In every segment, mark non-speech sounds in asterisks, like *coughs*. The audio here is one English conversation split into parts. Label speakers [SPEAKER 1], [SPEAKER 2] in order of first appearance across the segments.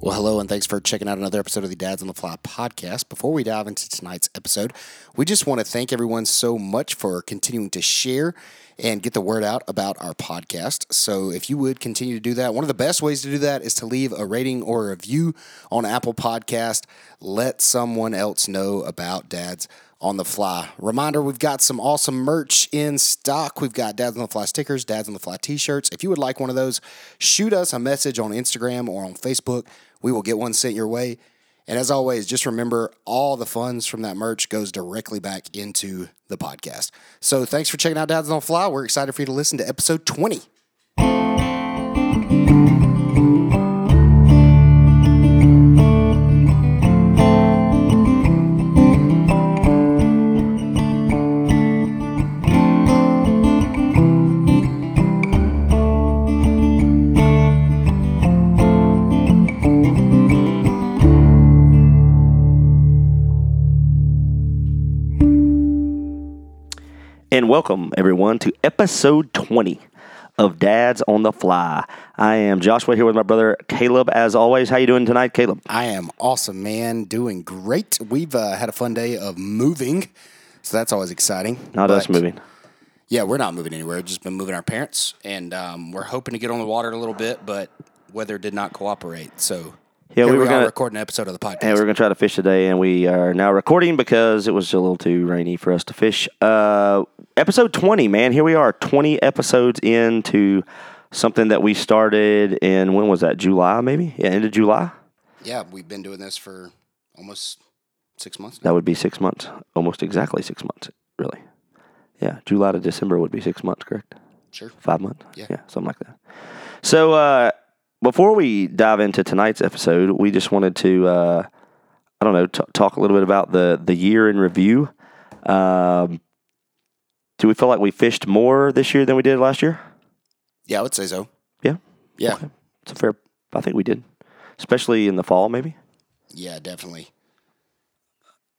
[SPEAKER 1] Thanks for checking out another episode of the Dads on the Fly podcast. Before we dive into tonight's episode, we just want to thank everyone so much for continuing to share and get the word out about our podcast. So if you would continue to do that, one of the best ways to do that is to leave a rating or a review on Apple Podcast. Let someone else know about Dads on the Fly. Reminder, we've got some awesome merch in stock. We've got Dads on the Fly stickers, Dads on the Fly t-shirts. If you would like one of those, shoot us a message on Instagram or on Facebook. We will get one sent your way. And as always, just remember all the funds from that merch goes directly back into the podcast. So thanks for checking out Dads on the Fly. We're excited for you to listen to episode 20.
[SPEAKER 2] And welcome, everyone, to episode 20 of Dads on the Fly. I am Joshua here with my brother Caleb, as always. How you doing tonight, Caleb?
[SPEAKER 1] I am awesome, man. Doing great. We've uh, had a fun day of moving, so that's always exciting.
[SPEAKER 2] Not us
[SPEAKER 1] But-
[SPEAKER 2] moving.
[SPEAKER 1] Yeah, we're not moving anywhere. We've just been moving our parents, and um, we're hoping to get on the water a little bit, but weather did not cooperate. So
[SPEAKER 2] Yeah,
[SPEAKER 1] here
[SPEAKER 2] we
[SPEAKER 1] we,
[SPEAKER 2] were
[SPEAKER 1] are
[SPEAKER 2] gonna-
[SPEAKER 1] recording an episode of the podcast.
[SPEAKER 2] And we're going to try to fish today, and we are now recording because it was a little too rainy for us to fish. Uh, episode 20, man. Here we are, 20 episodes into something that we started in, when was that? July, maybe? Yeah, end of July?
[SPEAKER 1] yeah, we've been doing this for almost six months now.
[SPEAKER 2] That would be six months, almost exactly six months, really. Yeah, July to December would be six months, correct?
[SPEAKER 1] Sure.
[SPEAKER 2] Five months?
[SPEAKER 1] Yeah.
[SPEAKER 2] something like that. So, uh, before we dive into tonight's episode, we just wanted to, uh, I don't know, t- talk a little bit about the, the year in review. Um, do we feel like we fished more this year than we did last year?
[SPEAKER 1] Yeah, I would say so.
[SPEAKER 2] Yeah,
[SPEAKER 1] Yeah,
[SPEAKER 2] it's a fair, I think we did, especially in the fall, maybe.
[SPEAKER 1] yeah, definitely.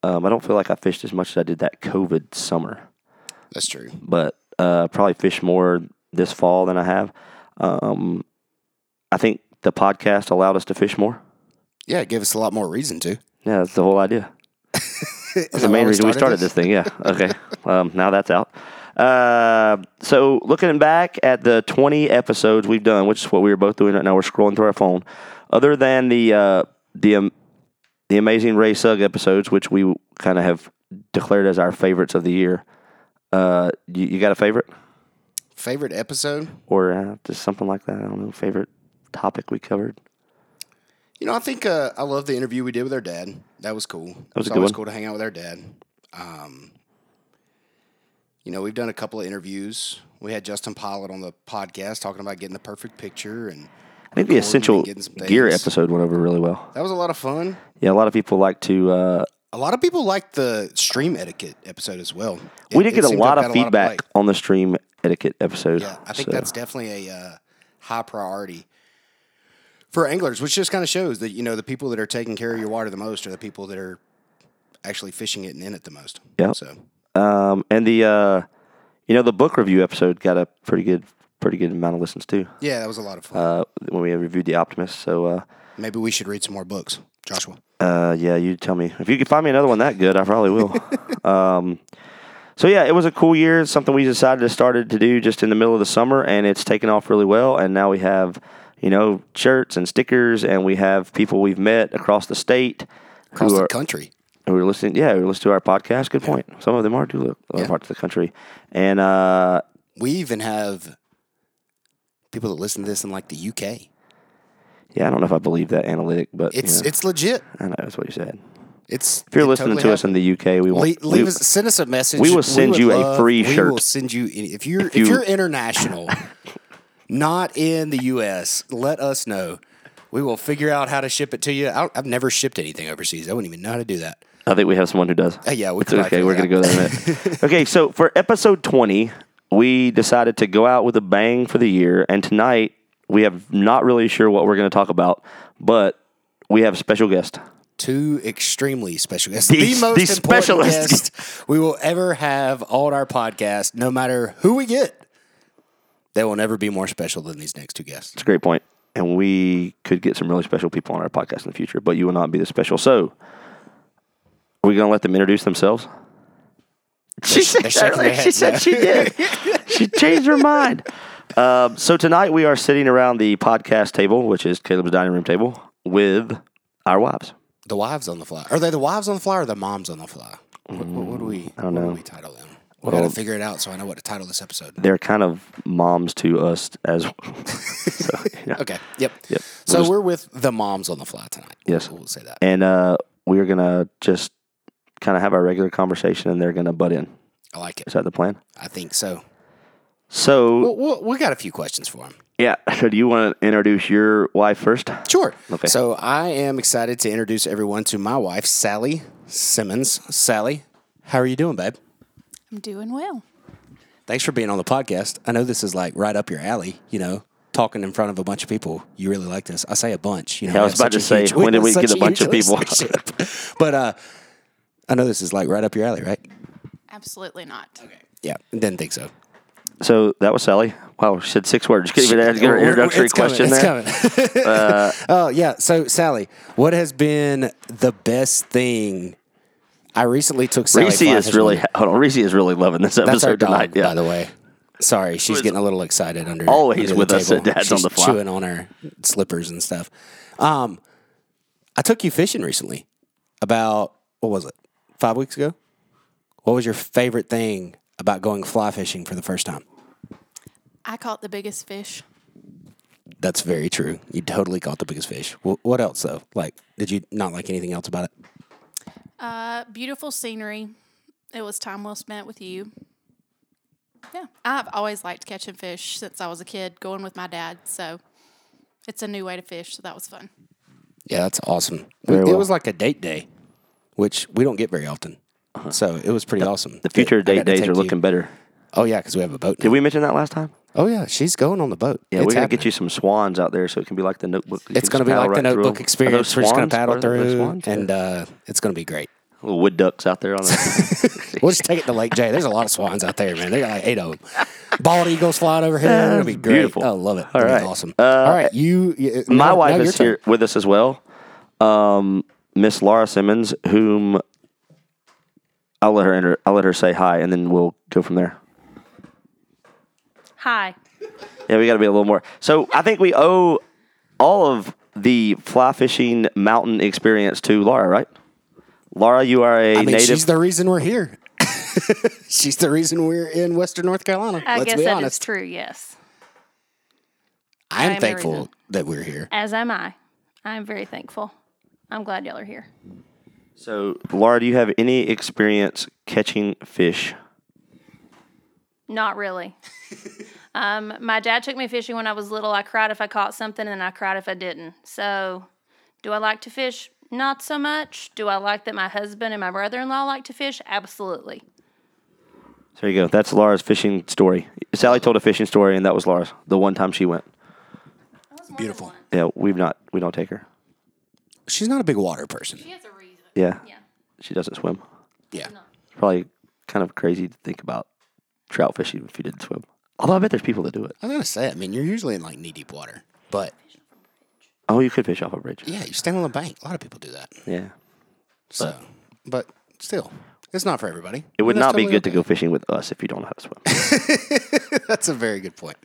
[SPEAKER 2] Um, I don't feel like I fished as much as I did that COVID summer.
[SPEAKER 1] That's true.
[SPEAKER 2] but uh, probably fish more this fall than I have. Um, I think the podcast allowed us to fish more.
[SPEAKER 1] Yeah, it gave us a lot more reason to.
[SPEAKER 2] Yeah, that's the whole idea.
[SPEAKER 1] Is
[SPEAKER 2] That's the
[SPEAKER 1] that
[SPEAKER 2] main
[SPEAKER 1] why
[SPEAKER 2] reason we started this thing. Yeah. Okay. *laughs* um, now that's out. Uh, so looking back at the 20 episodes we've done, which is what we were both doing right now, we're scrolling through our phone. Other than the uh, the um, the amazing Ray Sugg episodes, which we kind of have declared as our favorites of the year. Uh, you, you got a favorite?
[SPEAKER 1] Favorite episode?
[SPEAKER 2] or uh, just something like that. I don't know. Favorite topic we covered.
[SPEAKER 1] You know, I think uh, I love the interview we did with our dad. That was cool. That
[SPEAKER 2] was
[SPEAKER 1] it's
[SPEAKER 2] a good
[SPEAKER 1] always
[SPEAKER 2] one.
[SPEAKER 1] cool to hang out with our dad. Um, you know, we've done a couple of interviews. We had Justin Pilot on the podcast talking about getting the perfect picture, and
[SPEAKER 2] I think the essential
[SPEAKER 1] getting some
[SPEAKER 2] gear
[SPEAKER 1] things.
[SPEAKER 2] episode went over really well.
[SPEAKER 1] that was a lot of fun.
[SPEAKER 2] Yeah, a lot of people like to. Uh,
[SPEAKER 1] A lot of people liked the stream etiquette episode as well.
[SPEAKER 2] we
[SPEAKER 1] It-
[SPEAKER 2] did
[SPEAKER 1] it
[SPEAKER 2] get a
[SPEAKER 1] seemed to
[SPEAKER 2] lot
[SPEAKER 1] have
[SPEAKER 2] of
[SPEAKER 1] got a
[SPEAKER 2] feedback
[SPEAKER 1] like.
[SPEAKER 2] on the stream etiquette episode.
[SPEAKER 1] Yeah, I think
[SPEAKER 2] so-
[SPEAKER 1] that's definitely a uh, high priority for anglers, which just kind of shows that you know the people that are taking care of your water the most are the people that are actually fishing it and in it the most. Yeah.
[SPEAKER 2] Yep.
[SPEAKER 1] So
[SPEAKER 2] Um, and the uh, you know the book review episode got a pretty good pretty good amount of listens too.
[SPEAKER 1] yeah, that was a lot of fun.
[SPEAKER 2] Uh, when we reviewed the Optimist, so. Uh,
[SPEAKER 1] Maybe we should read some more books, Joshua.
[SPEAKER 2] Uh, yeah, you tell me if you could find me another one that good, I
[SPEAKER 1] *laughs*
[SPEAKER 2] probably will. um, so yeah, it was a cool year. It's something we decided to started to do just in the middle of the summer, and it's taken off really well. And now we have, you know, shirts and stickers, and we have people we've met across the state
[SPEAKER 1] Across
[SPEAKER 2] who
[SPEAKER 1] the
[SPEAKER 2] are
[SPEAKER 1] country.
[SPEAKER 2] who are listening. Yeah, who listen to our podcast. Good point. Some of them are do live other
[SPEAKER 1] Yeah.
[SPEAKER 2] parts of the country, and uh,
[SPEAKER 1] We even have people that listen to this in like the UK.
[SPEAKER 2] yeah, I don't know if I believe that analytic, but
[SPEAKER 1] It's
[SPEAKER 2] you know,
[SPEAKER 1] it's legit.
[SPEAKER 2] I know that's what you said.
[SPEAKER 1] It's
[SPEAKER 2] If you're listening to us in the UK, we want
[SPEAKER 1] leave, leave
[SPEAKER 2] we-
[SPEAKER 1] us, send us a message.
[SPEAKER 2] we will send
[SPEAKER 1] would
[SPEAKER 2] you a free
[SPEAKER 1] We will
[SPEAKER 2] shirt.
[SPEAKER 1] send you any- if you're if,
[SPEAKER 2] you-
[SPEAKER 1] you, are international, not in the U.S. Let us know. We will figure out how to ship it to you. I don't, I've never shipped anything overseas. I wouldn't even know how to do that.
[SPEAKER 2] I think we have someone who does.
[SPEAKER 1] Uh, yeah, we
[SPEAKER 2] It's
[SPEAKER 1] could
[SPEAKER 2] okay.
[SPEAKER 1] actually
[SPEAKER 2] We're
[SPEAKER 1] do
[SPEAKER 2] gonna go there in a
[SPEAKER 1] *laughs*
[SPEAKER 2] minute. okay, so for episode twenty, we decided to go out with a bang for the year, and tonight we have not really sure what we're gonna talk about, but we have a special guest.
[SPEAKER 1] Two extremely special guests, the,
[SPEAKER 2] The-
[SPEAKER 1] most
[SPEAKER 2] the
[SPEAKER 1] important
[SPEAKER 2] specialist.
[SPEAKER 1] guest we will ever have on our podcast. No matter who we get, they will never be more special than these next two guests.
[SPEAKER 2] It's a great point. and we could get some really special people on our podcast in the future, but you will not be the special. So, are we going to let them introduce themselves? She said,
[SPEAKER 1] shaking
[SPEAKER 2] earlier-
[SPEAKER 1] their
[SPEAKER 2] she,
[SPEAKER 1] heads
[SPEAKER 2] said
[SPEAKER 1] now.
[SPEAKER 2] she did.
[SPEAKER 1] *laughs*
[SPEAKER 2] she changed her mind. Um, so, tonight we are sitting around the podcast table, which is Caleb's dining room table, with our wives.
[SPEAKER 1] The wives on the fly. Are they the wives on the fly or the moms on the fly? What, what, what do we? I
[SPEAKER 2] Mm, don't
[SPEAKER 1] what do
[SPEAKER 2] know.
[SPEAKER 1] we title them? We gotta figure it out so I know what to title this episode.
[SPEAKER 2] They're kind of moms to us as well. *laughs* so, yeah.
[SPEAKER 1] Okay. Yep.
[SPEAKER 2] Yep.
[SPEAKER 1] So we're with the moms on the fly tonight.
[SPEAKER 2] Yes.
[SPEAKER 1] We'll say that.
[SPEAKER 2] And uh, we're going to just kind of have our regular conversation and they're going to butt in.
[SPEAKER 1] I like it.
[SPEAKER 2] Is that the plan?
[SPEAKER 1] I think so.
[SPEAKER 2] So,
[SPEAKER 1] Well, we'll we got a few questions for him.
[SPEAKER 2] Yeah. *laughs* So do you want to introduce your wife first?
[SPEAKER 1] Sure.
[SPEAKER 2] Okay.
[SPEAKER 1] So I am excited to introduce everyone to my wife, Sally Simmons. Sally, how are you doing, babe?
[SPEAKER 3] I'm doing well.
[SPEAKER 1] Thanks for being on the podcast. I know this is like right up your alley, you know, talking in front of a bunch of people. You really like this. I say a bunch, you know.
[SPEAKER 2] Yeah, I
[SPEAKER 1] we
[SPEAKER 2] was
[SPEAKER 1] have
[SPEAKER 2] about
[SPEAKER 1] such
[SPEAKER 2] to
[SPEAKER 1] a huge-
[SPEAKER 2] say, when did
[SPEAKER 1] have
[SPEAKER 2] we
[SPEAKER 1] such
[SPEAKER 2] get a bunch of
[SPEAKER 1] huge
[SPEAKER 2] people?
[SPEAKER 1] listenership. *laughs* but uh I know this is like right up your alley, right?
[SPEAKER 3] Absolutely not.
[SPEAKER 1] Yeah, didn't think so.
[SPEAKER 2] So that was Sally. Wow, she said six words. Could even add
[SPEAKER 1] We're-
[SPEAKER 2] your
[SPEAKER 1] we're-
[SPEAKER 2] introductory
[SPEAKER 1] it's coming,
[SPEAKER 2] question
[SPEAKER 1] it's
[SPEAKER 2] there. Uh,
[SPEAKER 1] coming. *laughs* oh yeah. So Sally, what has been the best thing? I recently took Sally.
[SPEAKER 2] Reese
[SPEAKER 1] Fly
[SPEAKER 2] is
[SPEAKER 1] fishing.
[SPEAKER 2] really *laughs* hold on. Reese is really loving this
[SPEAKER 1] That's our
[SPEAKER 2] episode
[SPEAKER 1] dog,
[SPEAKER 2] tonight. Yeah.
[SPEAKER 1] by the way. Sorry, she's getting a little excited under.
[SPEAKER 2] always
[SPEAKER 1] under the
[SPEAKER 2] with us
[SPEAKER 1] table.
[SPEAKER 2] at Dad's
[SPEAKER 1] she's
[SPEAKER 2] on the Fly.
[SPEAKER 1] chewing on her slippers and stuff. Um, I took you fishing recently. About what was it? Five weeks ago. What was your favorite thing about going fly fishing for the first time?
[SPEAKER 3] I caught the biggest fish.
[SPEAKER 1] That's very true. You totally caught the biggest fish. Wh- What else though? Like, did you not like anything else about it?
[SPEAKER 3] Uh, beautiful scenery. It was time well spent with you. Yeah, I've always liked catching fish since I was a kid, going with my dad. So it's a new way to fish. So that was fun.
[SPEAKER 1] Yeah, that's awesome.
[SPEAKER 2] Very
[SPEAKER 1] it
[SPEAKER 2] well.
[SPEAKER 1] was like a date day, which we don't get very often. So it was pretty awesome.
[SPEAKER 2] Uh-huh. The future date days are looking
[SPEAKER 1] You.
[SPEAKER 2] better.
[SPEAKER 1] Oh yeah, because we have a boat.
[SPEAKER 2] Did
[SPEAKER 1] now.
[SPEAKER 2] we mention that last time?
[SPEAKER 1] Oh yeah, she's going on the boat.
[SPEAKER 2] Yeah,
[SPEAKER 1] It's
[SPEAKER 2] we gotta
[SPEAKER 1] happening.
[SPEAKER 2] get you some swans out there so it can be like the notebook. You
[SPEAKER 1] It's
[SPEAKER 2] can
[SPEAKER 1] going to be
[SPEAKER 2] just paddle
[SPEAKER 1] like the
[SPEAKER 2] right through
[SPEAKER 1] notebook
[SPEAKER 2] 'em. Are
[SPEAKER 1] experience.
[SPEAKER 2] those
[SPEAKER 1] We're just going
[SPEAKER 2] swans?
[SPEAKER 1] to paddle
[SPEAKER 2] Are those
[SPEAKER 1] through,
[SPEAKER 2] swans?
[SPEAKER 1] and uh, it's going to be
[SPEAKER 2] *laughs*
[SPEAKER 1] great.
[SPEAKER 2] Little wood ducks
[SPEAKER 1] *laughs*
[SPEAKER 2] out there on the.
[SPEAKER 1] We'll just take it to Lake Jay. There's a lot of swans out there, man. They got like eight of them. Bald eagles flying over here. It's going to be great.
[SPEAKER 2] beautiful.
[SPEAKER 1] I love it.
[SPEAKER 2] All
[SPEAKER 1] It'll be
[SPEAKER 2] right.
[SPEAKER 1] awesome.
[SPEAKER 2] Uh,
[SPEAKER 1] All right, you. you-
[SPEAKER 2] My
[SPEAKER 1] now-
[SPEAKER 2] wife
[SPEAKER 1] now your
[SPEAKER 2] is
[SPEAKER 1] turn.
[SPEAKER 2] here with us as well. Um, Miss Laura Simmons, whom I'll let her enter, I'll let her say hi, and then we'll go from there.
[SPEAKER 4] Hi.
[SPEAKER 2] Yeah, we got to be a little more. So I think we owe all of the fly fishing mountain experience to Laura, right? Laura, you are a
[SPEAKER 1] I mean,
[SPEAKER 2] native.
[SPEAKER 1] she's the reason we're here. *laughs* she's the reason we're in Western North Carolina.
[SPEAKER 4] I
[SPEAKER 1] Let's
[SPEAKER 4] guess
[SPEAKER 1] be
[SPEAKER 4] that is
[SPEAKER 1] honest.
[SPEAKER 4] true, yes.
[SPEAKER 1] I
[SPEAKER 4] I
[SPEAKER 1] am
[SPEAKER 4] am the
[SPEAKER 1] thankful
[SPEAKER 4] reason.
[SPEAKER 1] that we're here.
[SPEAKER 4] As am I. I'm very thankful. I'm glad y'all are here.
[SPEAKER 2] so Laura, do you have any experience catching fish?
[SPEAKER 4] Not
[SPEAKER 1] *laughs*
[SPEAKER 4] really. um, my dad took me fishing when I was little. I cried if I caught something and I cried if I didn't. So, do I like to fish? Not so much. Do I like that my husband and my brother in law like to fish? Absolutely.
[SPEAKER 2] There you go. That's Laura's fishing story. Sally told a fishing story, and that was Laura's. The one time she went.
[SPEAKER 1] Beautiful.
[SPEAKER 2] Yeah, we've not. We don't take her.
[SPEAKER 1] She's not a big water person.
[SPEAKER 3] He has a reason.
[SPEAKER 2] Yeah. She doesn't swim.
[SPEAKER 1] Yeah.
[SPEAKER 2] Probably kind of crazy to think about trout fishing if you didn't swim. Although I bet there's people that do it.
[SPEAKER 1] I was gonna say. I mean, you're usually in like knee deep water, but
[SPEAKER 2] Oh, you could fish off a bridge.
[SPEAKER 1] yeah, you stand on the bank. A lot of people do that.
[SPEAKER 2] Yeah.
[SPEAKER 1] So, but still, it's not for everybody.
[SPEAKER 2] It would
[SPEAKER 1] And that's
[SPEAKER 2] not be
[SPEAKER 1] totally
[SPEAKER 2] good to go fishing with us if you don't know how to swim. *laughs*
[SPEAKER 1] okay. *laughs* That's a very good point.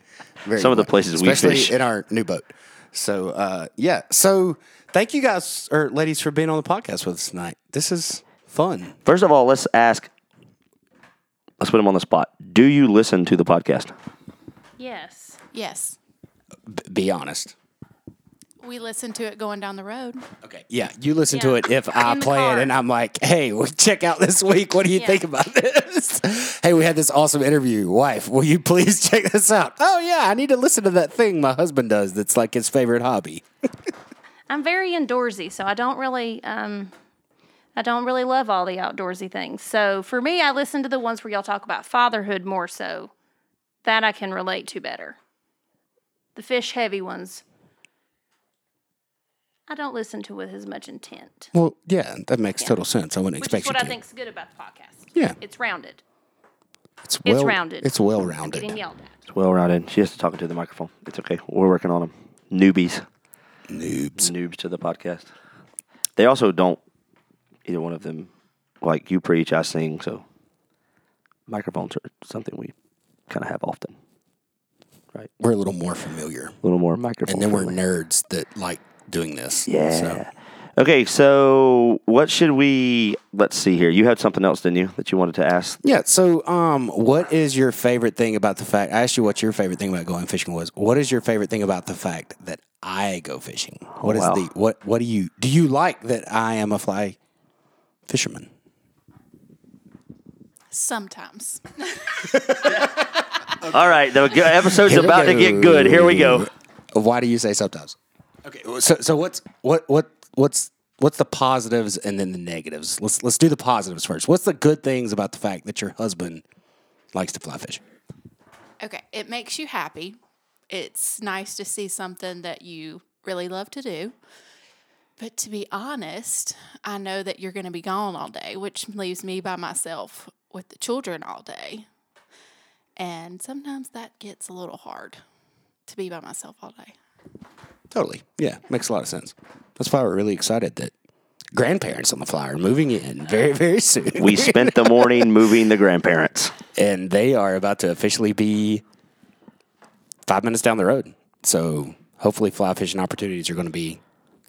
[SPEAKER 1] Very
[SPEAKER 2] Some
[SPEAKER 1] good
[SPEAKER 2] of the
[SPEAKER 1] point.
[SPEAKER 2] places we
[SPEAKER 1] Especially
[SPEAKER 2] fish.
[SPEAKER 1] in our new boat. So, uh, yeah. So, thank you guys or ladies for being on the podcast with us tonight. This is fun.
[SPEAKER 2] First of all, let's ask. Let's put him on the spot. Do you listen to the podcast?
[SPEAKER 4] Yes.
[SPEAKER 3] Yes,
[SPEAKER 1] B- be honest.
[SPEAKER 3] we listened to it going down the road.
[SPEAKER 1] Okay. Yeah, you listen to
[SPEAKER 4] Yeah.
[SPEAKER 1] it if I
[SPEAKER 4] In the
[SPEAKER 1] play
[SPEAKER 4] car.
[SPEAKER 1] it and I'm like, hey, *laughs* well, check out this week. What do you think about this? *laughs* hey, we had this awesome interview. Wife, will you please *laughs* check this out? Oh, yeah, I need to listen to that thing my husband does that's like his favorite hobby.
[SPEAKER 4] I'm very indoorsy, so I don't really. Um, I don't really love all the outdoorsy things. So for me, I listen to the ones where y'all talk about fatherhood more so. That I can relate to better. The fish heavy ones, I don't listen to with as much intent.
[SPEAKER 1] Well, yeah, that makes total sense. I wouldn't
[SPEAKER 4] Which
[SPEAKER 1] expect
[SPEAKER 4] is what
[SPEAKER 1] you
[SPEAKER 4] I
[SPEAKER 1] to.
[SPEAKER 4] think's good about the podcast.
[SPEAKER 1] Yeah.
[SPEAKER 4] It's rounded.
[SPEAKER 1] it's, well,
[SPEAKER 4] rounded.
[SPEAKER 1] It's well
[SPEAKER 4] Getting
[SPEAKER 1] rounded.
[SPEAKER 4] yelled at.
[SPEAKER 2] It's well rounded. She has to talk into the microphone. It's okay. We're working on him. newbies,
[SPEAKER 1] Noobs.
[SPEAKER 2] noobs to the podcast. They also don't either one of them like you preach, I sing. So microphones are something we kind of have often. Right,
[SPEAKER 1] We're a little more familiar.
[SPEAKER 2] a little more microphone.
[SPEAKER 1] And then we're
[SPEAKER 2] friendly.
[SPEAKER 1] nerds that like doing this.
[SPEAKER 2] Yeah.
[SPEAKER 1] So,
[SPEAKER 2] Okay, so what should we? Let's see here. You had something else, didn't you, that you wanted to ask?
[SPEAKER 1] yeah. So, um, what is your favorite thing about the fact? I asked you what your favorite thing about going fishing was. What is your favorite thing about the fact that I go fishing? What is
[SPEAKER 2] wow.
[SPEAKER 1] the what? What do you do? You like that I am a fly fisherman?
[SPEAKER 3] Sometimes.
[SPEAKER 2] All right, the g- episode's
[SPEAKER 1] Here we
[SPEAKER 2] about to get good. Here we go.
[SPEAKER 1] Why do you say sometimes? Okay. So so what's what what what's what's the positives and then the negatives? Let's let's do the positives first. What's the good things about the fact that your husband likes to fly fish?
[SPEAKER 3] Okay. It makes you happy. It's nice to see something that you really love to do. But to be honest, I know that you're going to be gone all day, which leaves me by myself with the children all day. And sometimes that gets a little hard to be by myself all day.
[SPEAKER 1] Totally. Yeah, makes a lot of sense. That's why we're really excited that grandparents on the fly are moving in very very soon.
[SPEAKER 2] We spent the morning moving the grandparents.
[SPEAKER 1] and they are about to officially be 5 minutes down the road. So hopefully fly fishing opportunities are going to be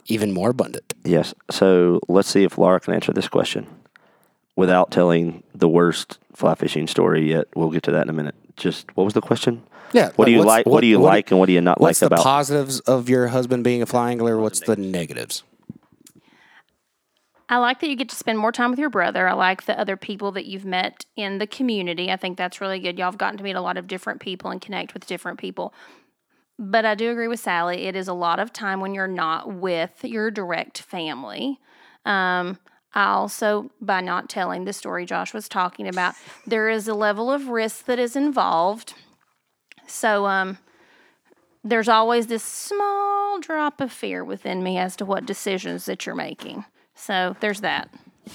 [SPEAKER 1] even more abundant.
[SPEAKER 2] Yes. So let's see if Laura can answer this question without telling the worst fly fishing story yet. We'll get to that in a minute. Just what was the question?
[SPEAKER 1] Yeah,
[SPEAKER 2] What do you
[SPEAKER 1] what's-
[SPEAKER 2] like? What, do you like, and what do you not
[SPEAKER 1] What's
[SPEAKER 2] like
[SPEAKER 1] the
[SPEAKER 2] about?
[SPEAKER 1] positives of your husband being a fly angler? What's the negatives?
[SPEAKER 4] I like that you get to spend more time with your brother. I like the other people that you've met in the community. I think that's really good. Y'all have gotten to meet a lot of different people and connect with different people. But I do agree with Sally. It is a lot of time when you're not with your direct family. Um, I also, by not telling the story Josh was talking about, there is a level of risk that is involved. So um, there's always this small drop of fear within me as to what decisions that you're making. So there's that.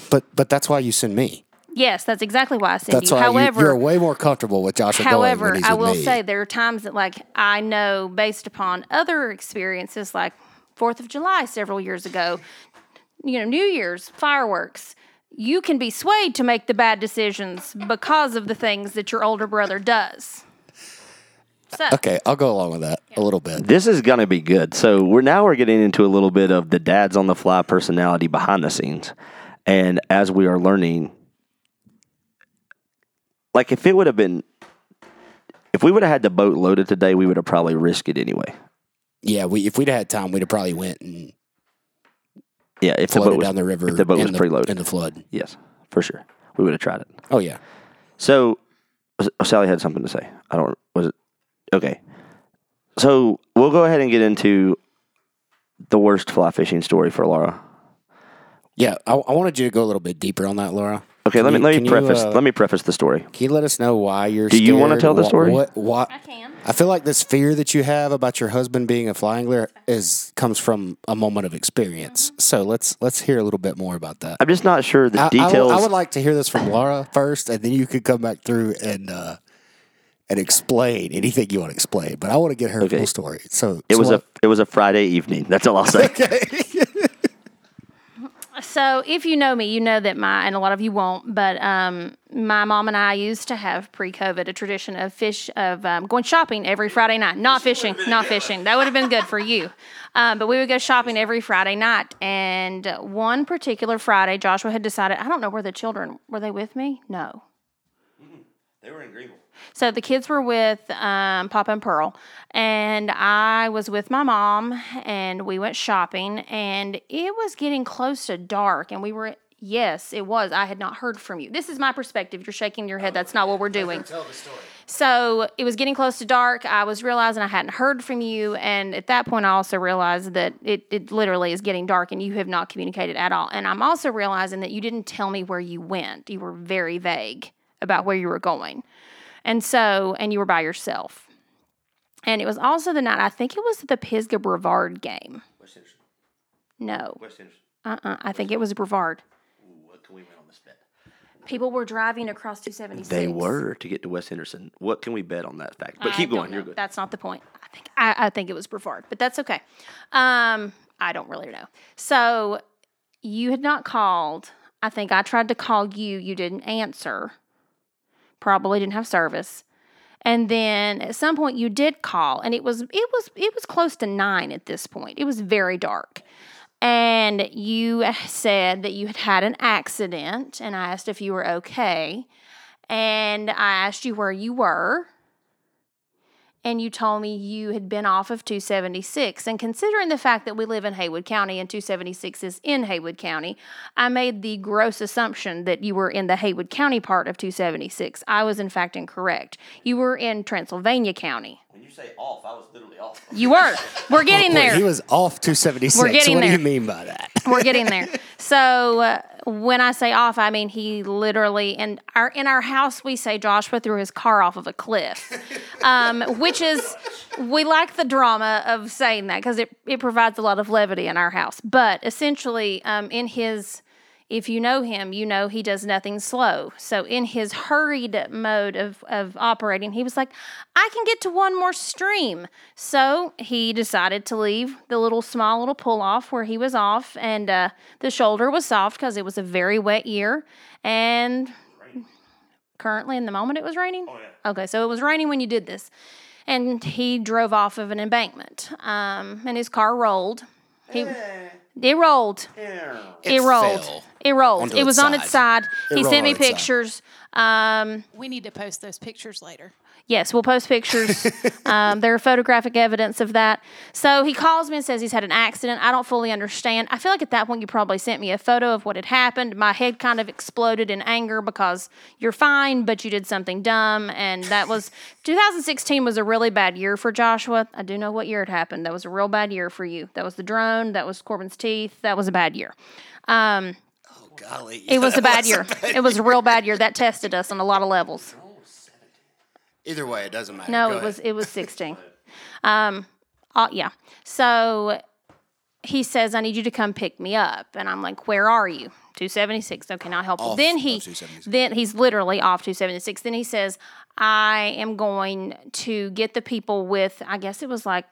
[SPEAKER 1] But but that's why you send me.
[SPEAKER 4] Yes, that's exactly why I send
[SPEAKER 1] That's
[SPEAKER 4] you.
[SPEAKER 1] why
[SPEAKER 4] However,
[SPEAKER 1] you, are way more comfortable with Joshua. going when
[SPEAKER 4] However,
[SPEAKER 1] he's
[SPEAKER 4] I
[SPEAKER 1] with
[SPEAKER 4] will
[SPEAKER 1] me.
[SPEAKER 4] say there are times that, like, I know based upon other experiences, like Fourth of July several years ago, you know, New Year's fireworks. You can be swayed to make the bad decisions because of the things that your older brother does. So,
[SPEAKER 1] Okay, I'll go along with that a little bit.
[SPEAKER 2] This is gonna be good. So we're now we're getting into a little bit of the dad's on the fly personality behind the scenes, and as we are learning, like if it would have been, if we would have had the boat loaded today, we would have probably risked it anyway.
[SPEAKER 1] Yeah, we if we'd had time, we'd have probably went and
[SPEAKER 2] Yeah, if the
[SPEAKER 1] floated
[SPEAKER 2] boat was
[SPEAKER 1] down the river.
[SPEAKER 2] if the boat
[SPEAKER 1] in
[SPEAKER 2] was preloaded,
[SPEAKER 1] in the flood.
[SPEAKER 2] yes, for sure, we would have tried it.
[SPEAKER 1] Oh yeah,
[SPEAKER 2] So S- Sally had something to say. I don't was it okay. So we'll go ahead and get into the worst fly fishing story for Laura.
[SPEAKER 1] yeah. I, I wanted you to go a little bit deeper on that, Laura.
[SPEAKER 2] Okay,
[SPEAKER 1] Can
[SPEAKER 2] let me
[SPEAKER 1] you-
[SPEAKER 2] let
[SPEAKER 1] can
[SPEAKER 2] me
[SPEAKER 1] you,
[SPEAKER 2] preface
[SPEAKER 1] uh,
[SPEAKER 2] let me preface the story.
[SPEAKER 1] Can you let us know why you're?
[SPEAKER 2] Do you wanna
[SPEAKER 1] scared?
[SPEAKER 2] tell the
[SPEAKER 1] Wha-
[SPEAKER 2] story?
[SPEAKER 1] What, what,
[SPEAKER 4] I can.
[SPEAKER 1] I feel like this fear that you have about your husband being a fly angler is comes from a moment of experience.
[SPEAKER 4] Mm-hmm.
[SPEAKER 1] So let's let's hear a little bit more about that.
[SPEAKER 2] I'm just not sure the
[SPEAKER 1] I, I will-
[SPEAKER 2] details.
[SPEAKER 1] I would like to hear this from Laura first, and then you could come back through and uh, and explain anything you want to explain. But I want to get her full story. So
[SPEAKER 2] it was a it was a Friday evening. That's all
[SPEAKER 1] *laughs*
[SPEAKER 2] I'll say.
[SPEAKER 4] So, if you know me, you know that my, and a lot of you won't, but um, my mom and I used to have pre COVID a tradition of fish, of um, going shopping every Friday night. Not fishing, not fishing. That would have been good for you. Um, but we would go shopping every Friday night. And one particular Friday, Joshua had decided, I don't know where the children were they with me? No. So the kids were with um, Papa and Pearl, and I was with my mom, and we went shopping, and it was getting close to dark, and we were. Yes, it was. I had not heard from you. This is my perspective. You're shaking your head. That's not what we're doing. So it was getting close to dark. I was realizing I hadn't heard from you. And at that point, I also realized that it, it literally is getting dark and you have not communicated at all. And I'm also realizing that you didn't tell me where you went. You were very vague about where you were going. And so, and you were by yourself. And it was also the night, I think it was the Pisgah Brevard game. Uh-uh, No. Uh uh I think it was Brevard. People were driving across 276.
[SPEAKER 2] They were to get to West Henderson. What can we bet on that fact? But
[SPEAKER 4] I
[SPEAKER 2] keep
[SPEAKER 4] don't
[SPEAKER 2] going. You're
[SPEAKER 4] know.
[SPEAKER 2] good.
[SPEAKER 4] That's not the point. I think I, I think it was Brevard, but that's okay. Um, I don't really know. So you had not called. I think I tried to call you. You didn't answer. Probably didn't have service. And then at some point you did call, and it was it was it was close to nine at this point. It was very dark. And you said that you had had an accident, and I asked if you were okay. And I asked you where you were and you told me you had been off of 276. And considering the fact that we live in Haywood County and 276 is in Haywood County, I made the gross assumption that you were in the Haywood County part of 276. I was, in fact, incorrect. You were in Transylvania County.
[SPEAKER 2] When you say off, I was literally off.
[SPEAKER 4] You were.
[SPEAKER 2] *laughs*
[SPEAKER 4] We're getting
[SPEAKER 1] Well, He
[SPEAKER 4] there.
[SPEAKER 1] was off 276.
[SPEAKER 4] We're getting
[SPEAKER 1] what do
[SPEAKER 4] there.
[SPEAKER 1] you mean by that?
[SPEAKER 4] *laughs* We're getting there. So uh, when I say off, I mean he literally. And our in our house, we say Joshua threw his car off of a cliff, um, which is we like the drama of saying that because it it provides a lot of levity in our house. But essentially, um, in his if you know him, you know he does nothing slow. So in his hurried mode of, of operating, he was like, I can get to one more stream. So he decided to leave the little small little pull off where he was off and uh, the shoulder was soft because it was a very wet year and currently in the moment it was raining? Oh, yeah. Okay, so it was raining when you did this. And he drove off of an embankment um, and his car rolled. He, It rolled it rolled.
[SPEAKER 1] fell
[SPEAKER 4] It rolled.
[SPEAKER 1] onto
[SPEAKER 4] It
[SPEAKER 1] its
[SPEAKER 4] was on its side. he
[SPEAKER 1] rolled
[SPEAKER 4] sent
[SPEAKER 1] on
[SPEAKER 4] me
[SPEAKER 1] its side.
[SPEAKER 4] pictures. Um,
[SPEAKER 3] We need to post those pictures later.
[SPEAKER 4] yes, we'll post *laughs* pictures. um, there are photographic evidence of that. So he calls me and says he's had an accident. I don't fully understand. I feel like at that point you probably sent me a photo of what had happened. My head kind of exploded in anger because you're fine, but you did something dumb. And that was *laughs* 2016 was a really bad year for Joshua. I do know what year it happened. That was a real bad year for you. That was the drone. That was Corbin's teeth. That was a bad year. Um,
[SPEAKER 1] Oh, golly.
[SPEAKER 4] it *laughs* was a bad year. It was a real bad year. That tested us on a lot of levels.
[SPEAKER 1] Either way, it doesn't matter.
[SPEAKER 4] No,
[SPEAKER 1] Go
[SPEAKER 4] it was
[SPEAKER 1] ahead. *laughs*
[SPEAKER 4] it was sixteen. Um, uh, yeah. So he says, "I need you to come pick me up," and I'm like, "Where are you?" Two seventy six. Okay, not helpful.
[SPEAKER 1] Off
[SPEAKER 4] then
[SPEAKER 1] of
[SPEAKER 4] he
[SPEAKER 1] 276.
[SPEAKER 4] then he's literally off two seventy six. Then he says, "I am going to get the people with. I guess it was like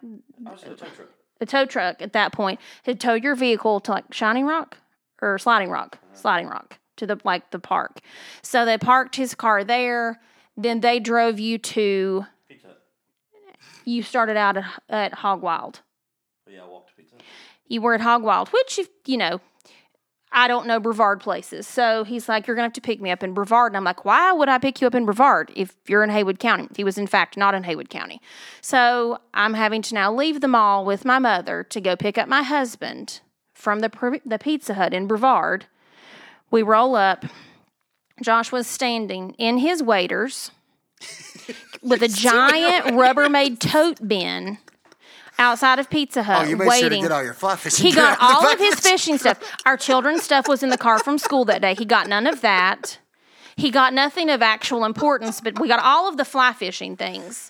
[SPEAKER 4] the tow truck at that point had towed your vehicle to like Shining Rock or Sliding Rock,
[SPEAKER 1] Uh-huh.
[SPEAKER 4] Sliding Rock to the like the park. So they parked his car there. Then they drove you to. You started out at, at Hog Wild.
[SPEAKER 2] Yeah, I walked to pizza.
[SPEAKER 4] You were at Hog Wild, which if- you know. I don't know Brevard places. So he's like, You're going to have to pick me up in Brevard. And I'm like, Why would I pick you up in Brevard if you're in Haywood County? He was, in fact, not in Haywood County. So I'm having to now leave the mall with my mother to go pick up my husband from the, pr- the Pizza Hut in Brevard. We roll up. Joshua's standing in
[SPEAKER 1] *laughs*
[SPEAKER 4] his waders with a giant Rubbermaid tote bin outside of Pizza Hut
[SPEAKER 1] Oh, you made
[SPEAKER 4] waiting.
[SPEAKER 1] sure to get all your fly fishing.
[SPEAKER 4] He got
[SPEAKER 1] grounds. *laughs*
[SPEAKER 4] all of his fishing stuff. Our children's stuff was in the car from school that day. He got none of that. He got nothing of actual importance, but we got all of the fly fishing things.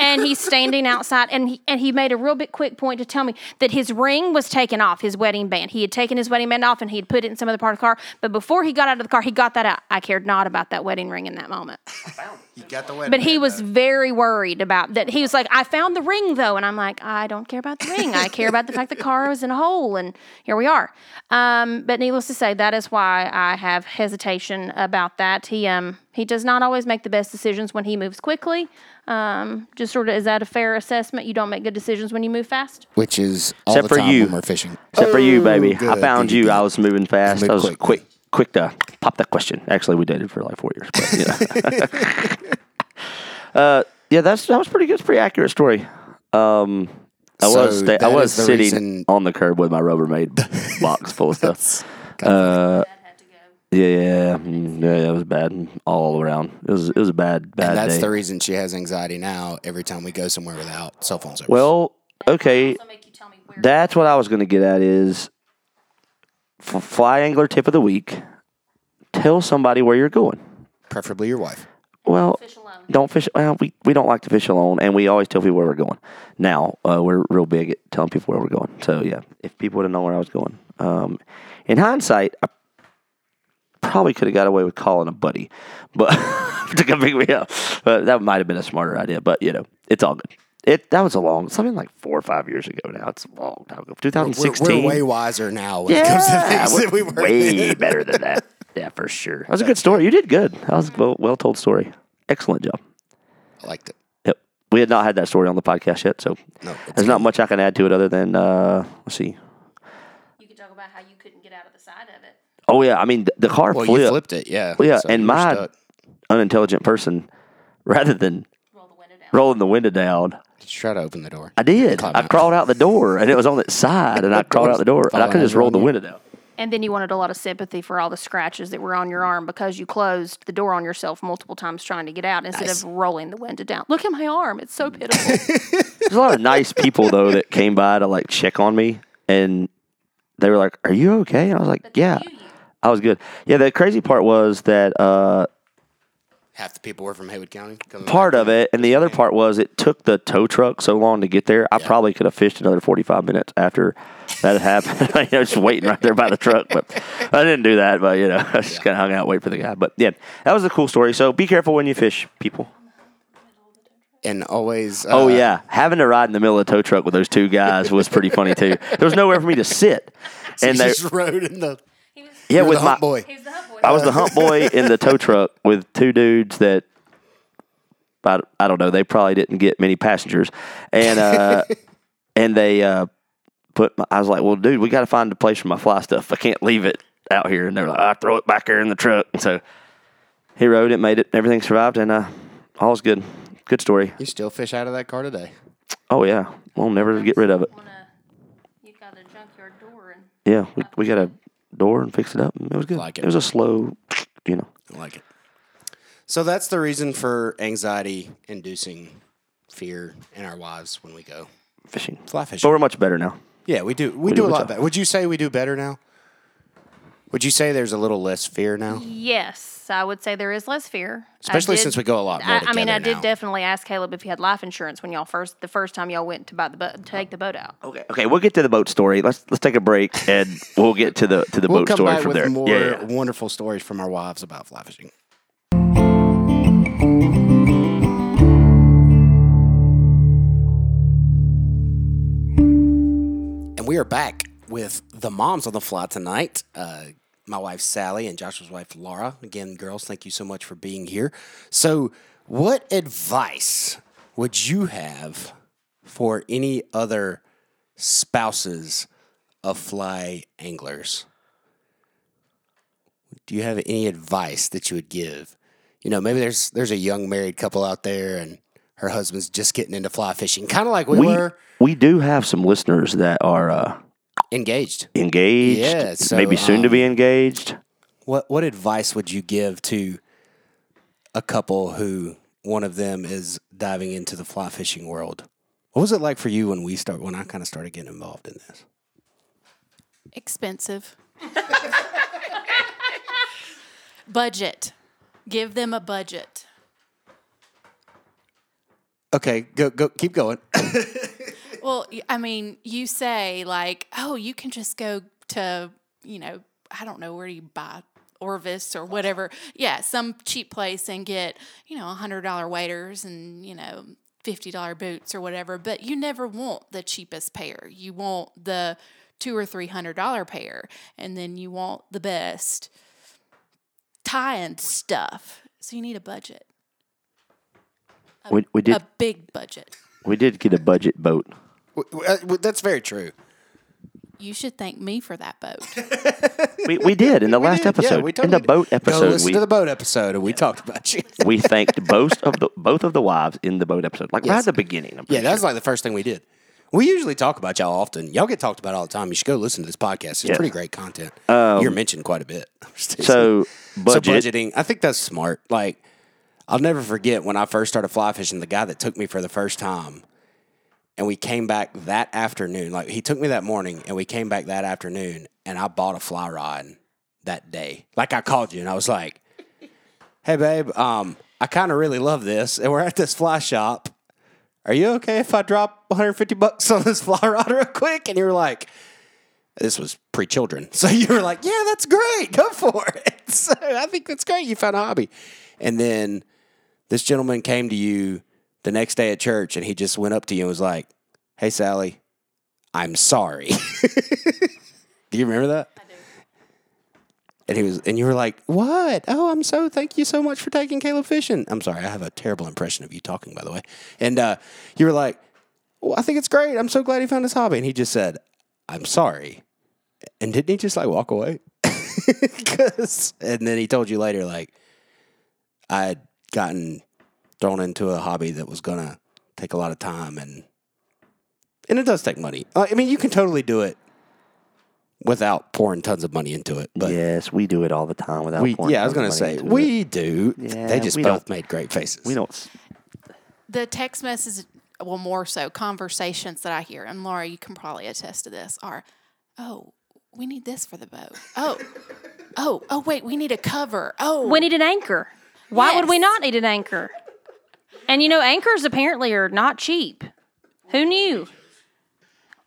[SPEAKER 4] And he's standing outside, and he, and he made a real bit quick point to tell me that his ring was taken off his wedding band. He had taken his wedding band off, and he had put it in some other part of the car. But before he got out of the car, he got that out. I cared not about that wedding ring in that moment.
[SPEAKER 1] You got the wedding.
[SPEAKER 4] But he
[SPEAKER 1] band,
[SPEAKER 4] was
[SPEAKER 1] though.
[SPEAKER 4] very worried about that. He was like, I found the ring though. And I'm like, I don't care about the ring. I care about the fact the car was in a hole. And here we are. Um, but needless to say, that is why I have hesitation about that. He um he does not always make the best decisions when he moves quickly. Um, just sort of is that a fair assessment? You don't make good decisions when you move fast?
[SPEAKER 1] Which is all
[SPEAKER 2] Except
[SPEAKER 1] the
[SPEAKER 2] for
[SPEAKER 1] time
[SPEAKER 2] you.
[SPEAKER 1] when we're fishing.
[SPEAKER 2] Except for you, baby.
[SPEAKER 1] Oh, good.
[SPEAKER 2] I found
[SPEAKER 1] Good,
[SPEAKER 2] you.
[SPEAKER 1] good.
[SPEAKER 2] I was moving fast.
[SPEAKER 1] Moved
[SPEAKER 2] I was
[SPEAKER 1] quick.
[SPEAKER 2] quick, quick, to pop that question. Actually, we dated for like four years. But, you know. *laughs* uh, yeah, that's that was pretty good. It's a pretty accurate story. Um, I
[SPEAKER 1] So
[SPEAKER 2] was sta- I
[SPEAKER 1] that
[SPEAKER 2] was
[SPEAKER 1] is the
[SPEAKER 2] sitting
[SPEAKER 1] reason-
[SPEAKER 2] on the curb with
[SPEAKER 1] *laughs*
[SPEAKER 2] my Rubbermaid box full of stuff. Uh, yeah, yeah, mm, yeah, yeah, it was bad all around. It was it was a bad bad
[SPEAKER 1] And that's
[SPEAKER 2] day.
[SPEAKER 1] the reason she has anxiety now every time we go somewhere without cell phone service.
[SPEAKER 2] well, okay.
[SPEAKER 4] make you tell me where
[SPEAKER 2] That's what I was going to get at is f- fly angler tip of the week. Tell somebody where you're going.
[SPEAKER 1] preferably your wife.
[SPEAKER 2] Well,
[SPEAKER 4] alone.
[SPEAKER 2] don't fish. Well, we, we don't like to fish alone, and we always tell people where we're going. Now uh, we're real big at telling people where we're going. So yeah, if people would have known where I was going, um, in hindsight, I probably could have got away with calling a buddy, but *laughs* to come pick me up. But that might have been a smarter idea. But you know, it's all good. It that was a long something like four or five years ago now. It's a long time ago.
[SPEAKER 1] We're,
[SPEAKER 2] 2016.
[SPEAKER 1] we're way wiser now when it comes to things that we were
[SPEAKER 2] way better than that. Yeah, for sure. That was a good story. You did good. That was a well, well told story. Excellent job.
[SPEAKER 1] I liked it.
[SPEAKER 2] Yep. We had not had that story on the podcast yet, so
[SPEAKER 1] No,
[SPEAKER 2] there's not much I can add to it other than uh, let's see.
[SPEAKER 4] You could talk about how you couldn't get out of the side of it.
[SPEAKER 2] Oh yeah, I mean th- the car
[SPEAKER 1] Well,
[SPEAKER 2] flipped.
[SPEAKER 1] you flipped it, yeah.
[SPEAKER 2] Well, yeah,
[SPEAKER 1] So
[SPEAKER 2] and
[SPEAKER 1] you were
[SPEAKER 2] my
[SPEAKER 1] stuck.
[SPEAKER 2] unintelligent person, *laughs* rather than
[SPEAKER 4] Roll the window down.
[SPEAKER 2] rolling the window down,
[SPEAKER 1] Did you try to open the door?
[SPEAKER 2] I did.
[SPEAKER 1] Climb
[SPEAKER 2] I
[SPEAKER 1] out.
[SPEAKER 2] crawled out the door, and it was on its
[SPEAKER 1] *laughs*
[SPEAKER 2] side, and I crawled out the door, and I
[SPEAKER 1] Falling
[SPEAKER 2] could just
[SPEAKER 1] over
[SPEAKER 2] roll
[SPEAKER 1] on
[SPEAKER 2] the
[SPEAKER 1] you.
[SPEAKER 2] window down.
[SPEAKER 4] And then you wanted a lot of sympathy for all the scratches that were on your arm because you closed the door on yourself multiple times trying to get out instead of rolling the window down. Look at my arm; it's so pitiful.
[SPEAKER 1] *laughs*
[SPEAKER 2] There's a lot of nice people though that came by to like check on me, and they were like, "Are you okay?" And I was like, "Yeah." I was good. Yeah, the crazy part was that uh,
[SPEAKER 1] Half the people were from Haywood County. coming back.
[SPEAKER 2] part of it, and the other part was it took the tow truck so long to get there. I probably could have fished another forty-five minutes after that had happened. *laughs* you know, just waiting right there by the truck, but I didn't do that. But you know, I just kind of hung out, wait for the guy. But yeah, that was a cool story. So be careful when you fish, people.
[SPEAKER 1] And always. Uh,
[SPEAKER 2] Oh yeah, having to ride in the middle of a tow truck with those two guys was pretty funny too. There was nowhere for me to *laughs* sit, and
[SPEAKER 1] *laughs*
[SPEAKER 2] they
[SPEAKER 1] just rode in the.
[SPEAKER 4] he was,
[SPEAKER 2] yeah
[SPEAKER 1] You're
[SPEAKER 2] with
[SPEAKER 1] the
[SPEAKER 2] my
[SPEAKER 1] hump boy.
[SPEAKER 4] he was the hot boy.
[SPEAKER 2] I was the hump boy in the tow truck with two dudes that I, I don't know. They probably didn't get many passengers,
[SPEAKER 1] *laughs*
[SPEAKER 2] and uh, and they uh, put. My, I was like, well, dude, we got to find a place for my fly stuff. I can't leave it out here. And they're like, I throw it back here in the truck. And so he rode it, made it, everything survived, and uh, all's good. Good story.
[SPEAKER 1] You still fish out of that car today.
[SPEAKER 2] Oh yeah, we'll never get rid of it.
[SPEAKER 4] Wanna- you got a junkyard door and
[SPEAKER 2] Yeah, we, we got a door and fixed it up. and It was good.
[SPEAKER 1] Like it.
[SPEAKER 2] it was a slow, you know.
[SPEAKER 1] I like it. So that's the reason for anxiety inducing fear in our lives when we go
[SPEAKER 2] Fishing.
[SPEAKER 1] fly
[SPEAKER 2] But
[SPEAKER 1] fishing.
[SPEAKER 2] we're much better now.
[SPEAKER 1] yeah, we do. We,
[SPEAKER 2] do
[SPEAKER 1] do, a
[SPEAKER 2] good
[SPEAKER 1] lot
[SPEAKER 2] job.
[SPEAKER 1] better. Would you say we do better now? Would you say there's a little less fear now?
[SPEAKER 4] yes, I would say there is less fear. I
[SPEAKER 1] Especially
[SPEAKER 4] did-
[SPEAKER 1] since we go a lot more
[SPEAKER 4] I, I mean,
[SPEAKER 1] together
[SPEAKER 4] I did
[SPEAKER 1] now.
[SPEAKER 4] definitely ask Caleb if he had life insurance when y'all first the first time y'all went to buy the boat, take the boat out.
[SPEAKER 2] Okay, okay, we'll get to the boat story. Let's let's take a
[SPEAKER 1] *laughs*
[SPEAKER 2] break and we'll get to the to the
[SPEAKER 1] We'll
[SPEAKER 2] boat
[SPEAKER 1] come
[SPEAKER 2] story
[SPEAKER 1] back
[SPEAKER 2] from
[SPEAKER 1] with
[SPEAKER 2] there.
[SPEAKER 1] more
[SPEAKER 2] Yeah, yeah.
[SPEAKER 1] wonderful stories from our wives about fly fishing. And we are back with the moms on the fly tonight. Uh, my wife Sally and Joshua's wife Laura. Again, girls, thank you so much for being here. So, what advice would you have for any other spouses of fly anglers? do you have any advice that you would give? You know, maybe there's there's a young married couple out there and her husband's just getting into fly fishing, kind of like we,
[SPEAKER 2] We
[SPEAKER 1] were
[SPEAKER 2] we do have some listeners that are uh,
[SPEAKER 1] engaged.
[SPEAKER 2] engaged,
[SPEAKER 1] Yeah, so, um,
[SPEAKER 2] maybe soon to be engaged.
[SPEAKER 1] What what advice would you give to a couple who one of them is diving into the fly fishing world? What was it like for you when we start when I kind of started getting involved in this?
[SPEAKER 3] Expensive. *laughs* budget. Give them a budget.
[SPEAKER 1] Okay, go go keep going. *coughs*
[SPEAKER 3] Well, y- I mean, you say like, oh, you can just go to, you know, I don't know where you buy Orvis or whatever. Yeah, some cheap place and get, you know, $100 waders and, you know, $50 boots or whatever, but you never want the cheapest pair. You want the two or three hundred dollar pair, and then you want the best tie-in stuff. So you need a budget,
[SPEAKER 2] we we did
[SPEAKER 3] a big budget.
[SPEAKER 2] we did get a budget boat.
[SPEAKER 1] W- uh, w- That's very true.
[SPEAKER 3] You should thank me for that boat.
[SPEAKER 2] We we did in the
[SPEAKER 1] *laughs*
[SPEAKER 2] last
[SPEAKER 1] Yeah,
[SPEAKER 2] episode.
[SPEAKER 1] we
[SPEAKER 2] in the
[SPEAKER 1] did.
[SPEAKER 2] boat
[SPEAKER 1] Go
[SPEAKER 2] episode,
[SPEAKER 1] listen
[SPEAKER 2] we,
[SPEAKER 1] to the boat episode, and we talked about you.
[SPEAKER 2] *laughs* we thanked both of the both of the wives in the boat episode, like right at the beginning. I'm
[SPEAKER 1] Yeah,
[SPEAKER 2] pretty
[SPEAKER 1] that was like the first thing we did. We usually talk about y'all often. Y'all get talked about all the time. You should go listen to this podcast. It's
[SPEAKER 2] Yeah.
[SPEAKER 1] pretty great content. You're mentioned quite a bit. *laughs*
[SPEAKER 2] sure. Um, so budget.
[SPEAKER 1] So budgeting, I think that's smart. Like, I'll never forget when I first started fly fishing, the guy that took me for the first time, and we came back that afternoon. Like, he took me that morning, and we came back that afternoon, and I bought a fly rod that day. Like, I called you, and I was like, hey, babe, um, I kind of really love this, and we're at this fly shop. *laughs* Are you okay if I drop 150 bucks on this fly rod real quick? And you were like, This was pre children. *laughs* So you were like, yeah, that's great. Go for it. *laughs* So I think that's great. You found a hobby. And then this gentleman came to you the next day at church and he just went up to you and was like, hey, Sally, I'm sorry. *laughs* do you remember that? I do. And he was, and you were like, "What? Oh, I'm so thank you so much for taking Caleb fishing." I'm sorry, I have a terrible impression of you talking, by the way. And uh, you were like, "Well, I think it's great. I'm so glad he found his hobby." And he just said, "I'm sorry," and didn't he just like walk away? *laughs* 'Cause- and then he told you later, like, I had gotten thrown into a hobby that was gonna take a lot of time and and it does take money. Uh, I mean, you can totally do it without pouring tons of money into it. But
[SPEAKER 2] yes, we do it all the time without.
[SPEAKER 1] we,
[SPEAKER 2] pouring
[SPEAKER 1] yeah, I was
[SPEAKER 2] tons of
[SPEAKER 1] gonna
[SPEAKER 2] money
[SPEAKER 1] say
[SPEAKER 2] into it.
[SPEAKER 1] we do.
[SPEAKER 2] Yeah,
[SPEAKER 1] they just
[SPEAKER 2] we
[SPEAKER 1] both
[SPEAKER 2] don't-
[SPEAKER 1] made great faces.
[SPEAKER 2] we don't. s-
[SPEAKER 3] The text message, well, more so conversations that I hear, and Laura, you can probably attest to this, are, oh, we need this for the boat. Oh, oh, oh, wait, we need a cover. Oh,
[SPEAKER 4] We need an anchor. Why would we
[SPEAKER 3] Yes.
[SPEAKER 4] not need an anchor? And you know, anchors apparently are not cheap. Who knew?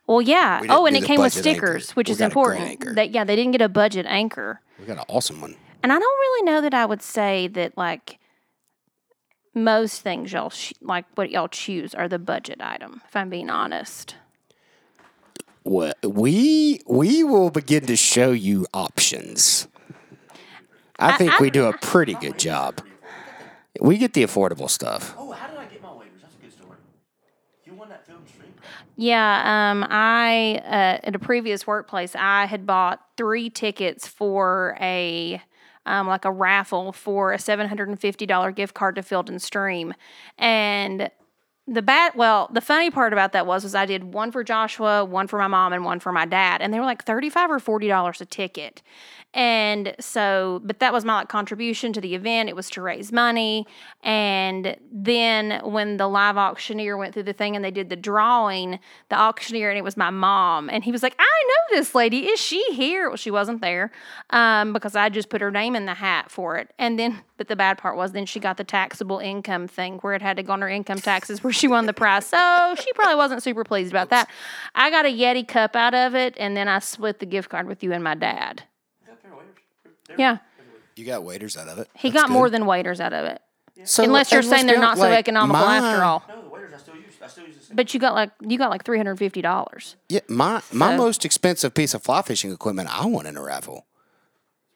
[SPEAKER 4] Well, yeah.
[SPEAKER 1] didn't
[SPEAKER 4] Oh, and
[SPEAKER 1] do
[SPEAKER 4] it
[SPEAKER 1] the
[SPEAKER 4] came with
[SPEAKER 1] budget anchor.
[SPEAKER 4] stickers, which
[SPEAKER 1] We
[SPEAKER 4] is
[SPEAKER 1] got a great anchor.
[SPEAKER 4] important. That yeah, they didn't get a budget anchor.
[SPEAKER 1] We got an awesome one.
[SPEAKER 4] And I don't really know that I would say that like most things y'all sh- like what y'all choose are the budget item. If I'm being honest,
[SPEAKER 1] Well, we we will begin to show you options. I think we do a pretty good job. We get the affordable stuff.
[SPEAKER 2] Oh, how did I get my waivers? That's a good story. You won that film stream.
[SPEAKER 4] yeah. Um, I uh, at a previous workplace, I had bought three tickets for a um, like a raffle for a seven hundred and fifty dollar gift card to Field and Stream, and the bat well the funny part about that was was i did one for joshua one for my mom and one for my dad and they were like 35 or 40 dollars a ticket and so but that was my like contribution to the event it was to raise money and then when the live auctioneer went through the thing and they did the drawing the auctioneer and it was my mom and he was like i know this lady is she here well she wasn't there um, because i just put her name in the hat for it and then but the bad part was then she got the taxable income thing where it had to go on her income taxes where she won the prize. So she probably wasn't super pleased about that. I got a Yeti cup out of it and then I split the gift card with you and my dad. Yeah.
[SPEAKER 1] You got waiters out of it.
[SPEAKER 4] He got more than waiters out of it.
[SPEAKER 1] So
[SPEAKER 4] Unless you're
[SPEAKER 1] and let's
[SPEAKER 4] saying
[SPEAKER 1] be
[SPEAKER 4] they're not
[SPEAKER 1] honest,
[SPEAKER 4] so
[SPEAKER 1] like,
[SPEAKER 4] economical
[SPEAKER 1] my-
[SPEAKER 4] after all.
[SPEAKER 2] No, the waivers I still use. I still use the same.
[SPEAKER 4] But you got like you got like three hundred and fifty dollars.
[SPEAKER 1] Yeah, my my most expensive piece of fly fishing equipment I won in a raffle.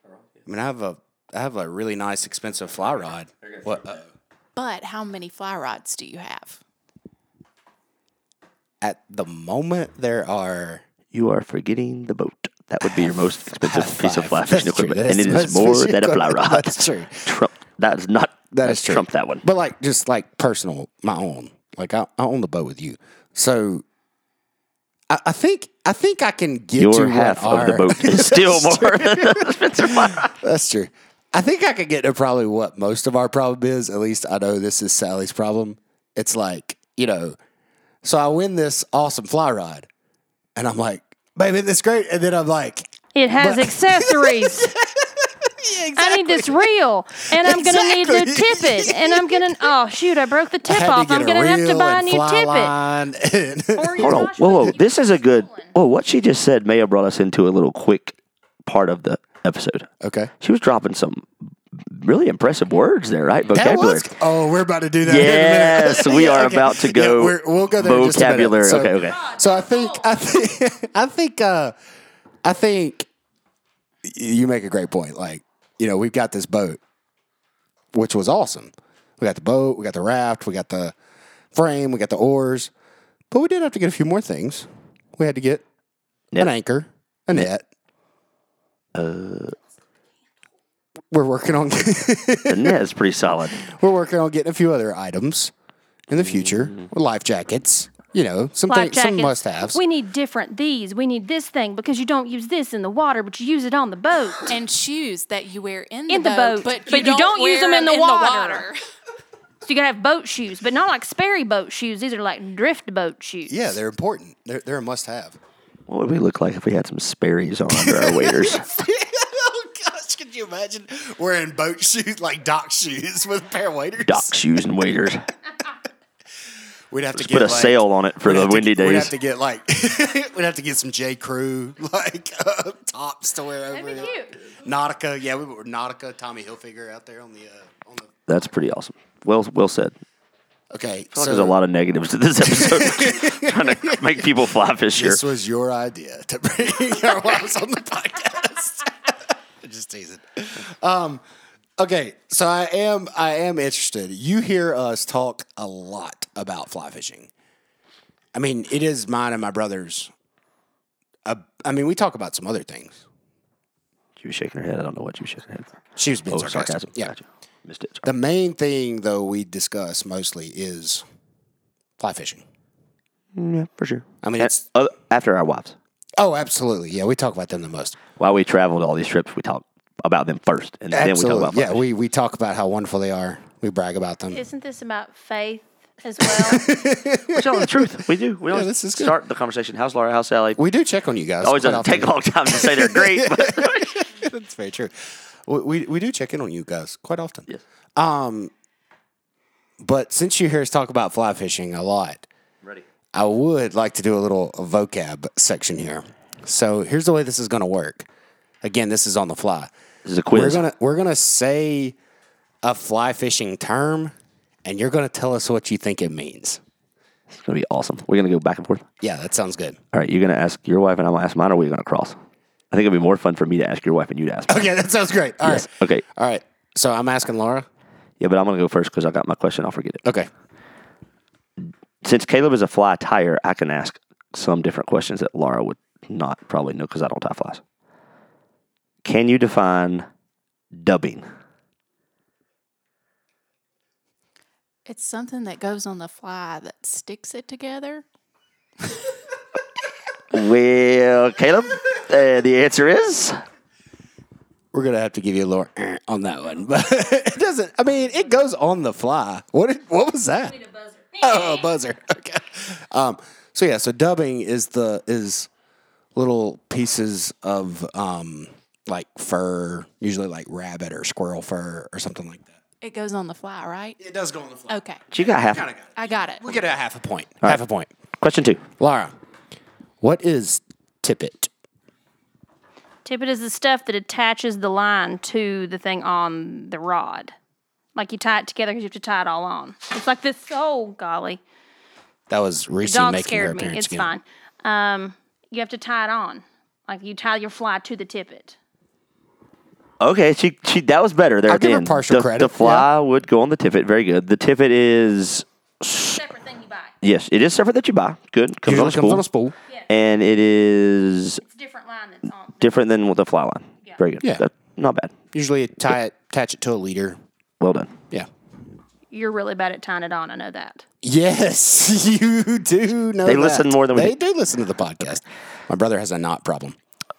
[SPEAKER 1] I mean, I have a I have a really nice expensive fly rod. What? uh,
[SPEAKER 3] but how many fly rods do you have?
[SPEAKER 1] at the moment, there are
[SPEAKER 2] You are forgetting the boat. That would be your
[SPEAKER 1] *laughs*
[SPEAKER 2] most expensive piece of
[SPEAKER 1] five.
[SPEAKER 2] fly fishing
[SPEAKER 1] That's true.
[SPEAKER 2] equipment,
[SPEAKER 1] That
[SPEAKER 2] and
[SPEAKER 1] is
[SPEAKER 2] it
[SPEAKER 1] the
[SPEAKER 2] is
[SPEAKER 1] most
[SPEAKER 2] more
[SPEAKER 1] fishing
[SPEAKER 2] than a fly
[SPEAKER 1] equipment. *laughs*
[SPEAKER 2] rod.
[SPEAKER 1] That's true.
[SPEAKER 2] Trump. That is not.
[SPEAKER 1] That
[SPEAKER 2] that's
[SPEAKER 1] is true.
[SPEAKER 2] Trump. That one.
[SPEAKER 1] But like, just like personal, my own. Like I, I own the boat with you, so I, I think I think I can get to
[SPEAKER 2] Your
[SPEAKER 1] what
[SPEAKER 2] half of the
[SPEAKER 1] our-
[SPEAKER 2] boat is still more than the Spencer fly rod.
[SPEAKER 1] *laughs* That's true. I think I could get to probably what most of our problem is. At least I know this is Sally's problem. It's like you know, so I win this awesome fly rod, and I'm like, baby, that's great. And then I'm like,
[SPEAKER 4] It has *laughs*
[SPEAKER 1] But-
[SPEAKER 4] accessories. I need this reel, and I'm gonna need to
[SPEAKER 1] Exactly.
[SPEAKER 4] tip it, and I'm *laughs* gonna oh shoot, I broke the tip
[SPEAKER 1] I had
[SPEAKER 4] off. I'm gonna have to
[SPEAKER 1] reel
[SPEAKER 4] buy a
[SPEAKER 1] and
[SPEAKER 4] new
[SPEAKER 1] fly
[SPEAKER 4] tippet.
[SPEAKER 1] line *laughs* and-
[SPEAKER 4] Or
[SPEAKER 2] *laughs* Hold on.
[SPEAKER 4] Joshua
[SPEAKER 2] Whoa, whoa.
[SPEAKER 4] keep
[SPEAKER 2] This is a good.
[SPEAKER 4] rolling.
[SPEAKER 2] Whoa, what she just said may have brought us into a little quick part of the episode.
[SPEAKER 1] okay.
[SPEAKER 2] She was dropping some really impressive words there, right?
[SPEAKER 1] That
[SPEAKER 2] Vocabulary.
[SPEAKER 1] was- oh, we're about to do that. in a minute.
[SPEAKER 2] Yes, we
[SPEAKER 1] Yeah,
[SPEAKER 2] are
[SPEAKER 1] okay.
[SPEAKER 2] about to go.
[SPEAKER 1] Yeah, we're- we'll go there in just a minute.
[SPEAKER 2] vocabulary.
[SPEAKER 1] So-
[SPEAKER 2] okay, okay.
[SPEAKER 1] So I think I think *laughs* I think uh, I think y- you make a great point. Like you know, we've got this boat, which was awesome. We got the boat, we got the raft, we got the frame, we got the oars, but we did have to get a few more things. We had to get an
[SPEAKER 2] Net.
[SPEAKER 1] anchor, a net.
[SPEAKER 2] Uh.
[SPEAKER 1] we're working on
[SPEAKER 2] And that is pretty solid.
[SPEAKER 1] we're working on getting a few other items in the future. Life jackets, you know, some
[SPEAKER 4] life
[SPEAKER 1] things, some
[SPEAKER 4] jackets.
[SPEAKER 1] must haves.
[SPEAKER 4] We need different these. We need this thing because you don't use this in the water, but you use it on
[SPEAKER 1] *laughs*
[SPEAKER 4] the boat.
[SPEAKER 3] And shoes that you wear in,
[SPEAKER 4] In
[SPEAKER 3] the,
[SPEAKER 4] the boat,
[SPEAKER 3] boat, but you don't, use them in the water.
[SPEAKER 4] So you gotta have boat shoes, but not like Sperry boat shoes. These are like drift boat shoes.
[SPEAKER 1] Yeah, they're important. They're, they're a must have.
[SPEAKER 2] What would we look like if we had some Sperry's on under our
[SPEAKER 1] *laughs* *laughs*
[SPEAKER 2] waders?
[SPEAKER 1] oh gosh, could you imagine wearing *laughs* boat shoes like dock shoes with a pair of waders?
[SPEAKER 2] Dock shoes and waders.
[SPEAKER 1] We'd have to
[SPEAKER 2] Just
[SPEAKER 1] get
[SPEAKER 2] put a
[SPEAKER 1] like,
[SPEAKER 2] sail on it for
[SPEAKER 1] we'd
[SPEAKER 2] the
[SPEAKER 1] have to-
[SPEAKER 2] windy
[SPEAKER 1] We'd
[SPEAKER 2] days.
[SPEAKER 1] have to get like *laughs* we'd have to get some J Crew *laughs* like uh, tops to wear over
[SPEAKER 4] That'd be
[SPEAKER 1] it.
[SPEAKER 4] cute.
[SPEAKER 1] Nautica, yeah, we were Nautica, Tommy Hilfiger out there on the uh, on the.
[SPEAKER 2] That's pretty awesome. Well, well said.
[SPEAKER 1] Okay,
[SPEAKER 2] I feel like there's a lot of negatives to
[SPEAKER 1] *laughs*
[SPEAKER 2] this episode. *laughs* Trying to make people fly fish here.
[SPEAKER 1] This was your idea to bring *laughs* our wives on the podcast. *laughs* Just teasing. Um, okay, so I am I am interested. You hear us talk a lot about fly fishing. I mean, it is mine and my brother's. Uh, I mean, we talk about some other things.
[SPEAKER 2] She was shaking her head. I don't know what she was shaking her head for.
[SPEAKER 1] She was being
[SPEAKER 2] Oh,
[SPEAKER 1] sarcastic.
[SPEAKER 2] sarcasm.
[SPEAKER 1] Yeah.
[SPEAKER 2] Gotcha. Missed it.
[SPEAKER 1] The main thing, though, we discuss mostly is fly fishing.
[SPEAKER 2] Yeah, for sure.
[SPEAKER 1] I mean,
[SPEAKER 2] And
[SPEAKER 1] it's-
[SPEAKER 2] oth- after our wives.
[SPEAKER 1] Oh, absolutely. Yeah, we talk about them the most.
[SPEAKER 2] While we traveled all these trips, we talked about them first, and then we
[SPEAKER 1] Absolutely.
[SPEAKER 2] talk about
[SPEAKER 1] yeah,
[SPEAKER 2] fly
[SPEAKER 1] we, we talk about how wonderful they are. We brag about them.
[SPEAKER 4] Isn't this about faith
[SPEAKER 1] *laughs*
[SPEAKER 4] as well?
[SPEAKER 2] fishing. We're telling the truth. We do. We always
[SPEAKER 1] this is good.
[SPEAKER 2] start the conversation. How's Laura? How's Sally?
[SPEAKER 1] We do check on you guys.
[SPEAKER 2] always
[SPEAKER 1] quite
[SPEAKER 2] Oh, doesn't
[SPEAKER 1] often.
[SPEAKER 2] take a long time to say they're great.
[SPEAKER 1] *laughs*
[SPEAKER 2] But
[SPEAKER 1] That's very true. We, we, we do check in on you guys quite often.
[SPEAKER 2] Yes.
[SPEAKER 1] Um, but since you hear us talk about fly fishing a lot,
[SPEAKER 2] Ready.
[SPEAKER 1] I would like to do a little vocab section here. So here's the way this is going to work. Again, this is on the fly.
[SPEAKER 2] This is a quiz.
[SPEAKER 1] We're gonna we're gonna say a fly fishing term, and you're gonna tell us what you think it means.
[SPEAKER 2] It's gonna be awesome. We're gonna go back and forth.
[SPEAKER 1] Yeah, that sounds good.
[SPEAKER 2] All right, you're gonna ask your wife, and I'm gonna ask mine. Or we're gonna cross. I think it'd be more fun for me to ask your wife and you to ask. Mine.
[SPEAKER 1] Okay, that sounds great. All right,
[SPEAKER 2] Okay.
[SPEAKER 1] all right. So I'm asking Laura.
[SPEAKER 2] Yeah, but I'm gonna go first because I got my question. I'll forget it.
[SPEAKER 1] Okay.
[SPEAKER 2] Since Caleb is a fly tire, I can ask some different questions that Laura would not probably know because I don't tie flies. Can you define dubbing?
[SPEAKER 3] It's something that goes on the fly that sticks it together.
[SPEAKER 2] Well, Caleb, uh, the answer is
[SPEAKER 1] We're gonna have to give you a little *clears throat* eh on that one, *laughs* but it doesn't. I mean, it goes on the fly. What did, what was that? *laughs* Oh, a buzzer. Okay. Um, so yeah, so dubbing is the is little pieces of um, like fur, usually like rabbit or squirrel fur or something like that.
[SPEAKER 3] It goes on the fly, right?
[SPEAKER 1] It does go on the fly.
[SPEAKER 3] Okay,
[SPEAKER 2] you got half.
[SPEAKER 3] I got it.
[SPEAKER 1] We get a half a point.
[SPEAKER 2] right.
[SPEAKER 1] half a point.
[SPEAKER 2] Question two.
[SPEAKER 1] Laura, what is tippet?
[SPEAKER 4] Tippet is the stuff that attaches the line to the thing on the rod. Like you tie it together because you have to tie it all on. It's like this. Oh golly,
[SPEAKER 1] That was recently
[SPEAKER 4] dog
[SPEAKER 1] making her
[SPEAKER 4] scared me.
[SPEAKER 1] appearance
[SPEAKER 4] It's
[SPEAKER 1] again.
[SPEAKER 4] fine. Um, you have to tie it on. Like you tie your fly to the tippet.
[SPEAKER 2] Okay, she, she that was better there.
[SPEAKER 1] I'll
[SPEAKER 2] at
[SPEAKER 1] give
[SPEAKER 2] the
[SPEAKER 1] her
[SPEAKER 2] end.
[SPEAKER 1] partial
[SPEAKER 2] the,
[SPEAKER 1] credit,
[SPEAKER 2] The fly would go on the tippet. Very good. The tippet is
[SPEAKER 4] Separate thing you buy.
[SPEAKER 2] yes, it is separate that you buy. Good. Comes on
[SPEAKER 1] Usually
[SPEAKER 2] a
[SPEAKER 1] comes
[SPEAKER 2] spool.
[SPEAKER 1] on a spool.
[SPEAKER 2] And it is
[SPEAKER 4] It's a different line that's on.
[SPEAKER 2] different than the fly line. Very good.
[SPEAKER 1] Yeah.
[SPEAKER 2] That- not bad.
[SPEAKER 1] Usually tie it, attach it to a leader.
[SPEAKER 2] Well done.
[SPEAKER 1] Yeah.
[SPEAKER 4] You're really bad at tying it on. I know that.
[SPEAKER 1] Yes, *laughs* you do know.
[SPEAKER 2] They
[SPEAKER 1] that.
[SPEAKER 2] listen more than we
[SPEAKER 1] they do. Listen to the podcast. My brother has a knot problem.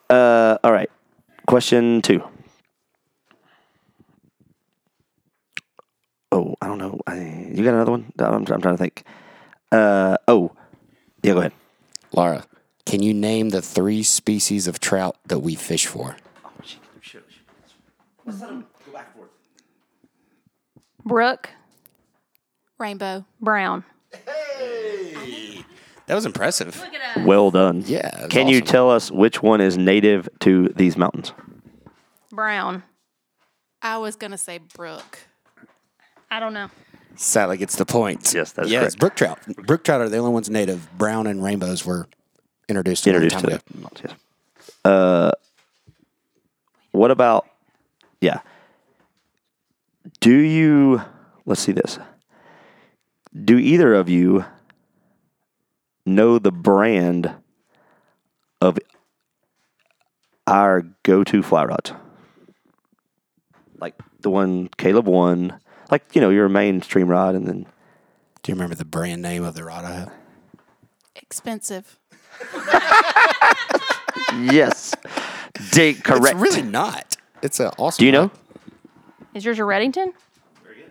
[SPEAKER 2] Uh, all right. Question two. Oh, I don't know. I, you got another one? I'm, I'm trying to think. Uh, oh, yeah. Go ahead.
[SPEAKER 1] Laura, can you name the three species of trout that we fish for?
[SPEAKER 4] Brooke
[SPEAKER 3] Rainbow.
[SPEAKER 4] Brown.
[SPEAKER 1] That was impressive.
[SPEAKER 2] Well done.
[SPEAKER 1] Yeah, that's
[SPEAKER 2] Can you
[SPEAKER 1] awesome.
[SPEAKER 2] tell us which one is native to these mountains?
[SPEAKER 4] Brown.
[SPEAKER 3] I was gonna say Brooke.
[SPEAKER 4] I don't know.
[SPEAKER 1] Sally gets the point.
[SPEAKER 2] Yes, that is
[SPEAKER 1] yes.
[SPEAKER 2] correct.
[SPEAKER 1] Brook trout. Brook trout are the only ones native. Brown and rainbows were introduced. a long
[SPEAKER 2] Introduced
[SPEAKER 1] time
[SPEAKER 2] to
[SPEAKER 1] ago.
[SPEAKER 2] the mountains. Yes. Uh, what about? Yeah. Do you? Let's see this. Do either of you know the brand of our go-to fly rods? Like the one Caleb won, like you know your mainstream rod, and then
[SPEAKER 1] Do you remember the brand name of the rod I have?
[SPEAKER 3] Expensive.
[SPEAKER 2] *laughs* yes, D correct.
[SPEAKER 1] It's really not. It's an awesome.
[SPEAKER 2] Do you know?
[SPEAKER 4] Is yours a Reddington?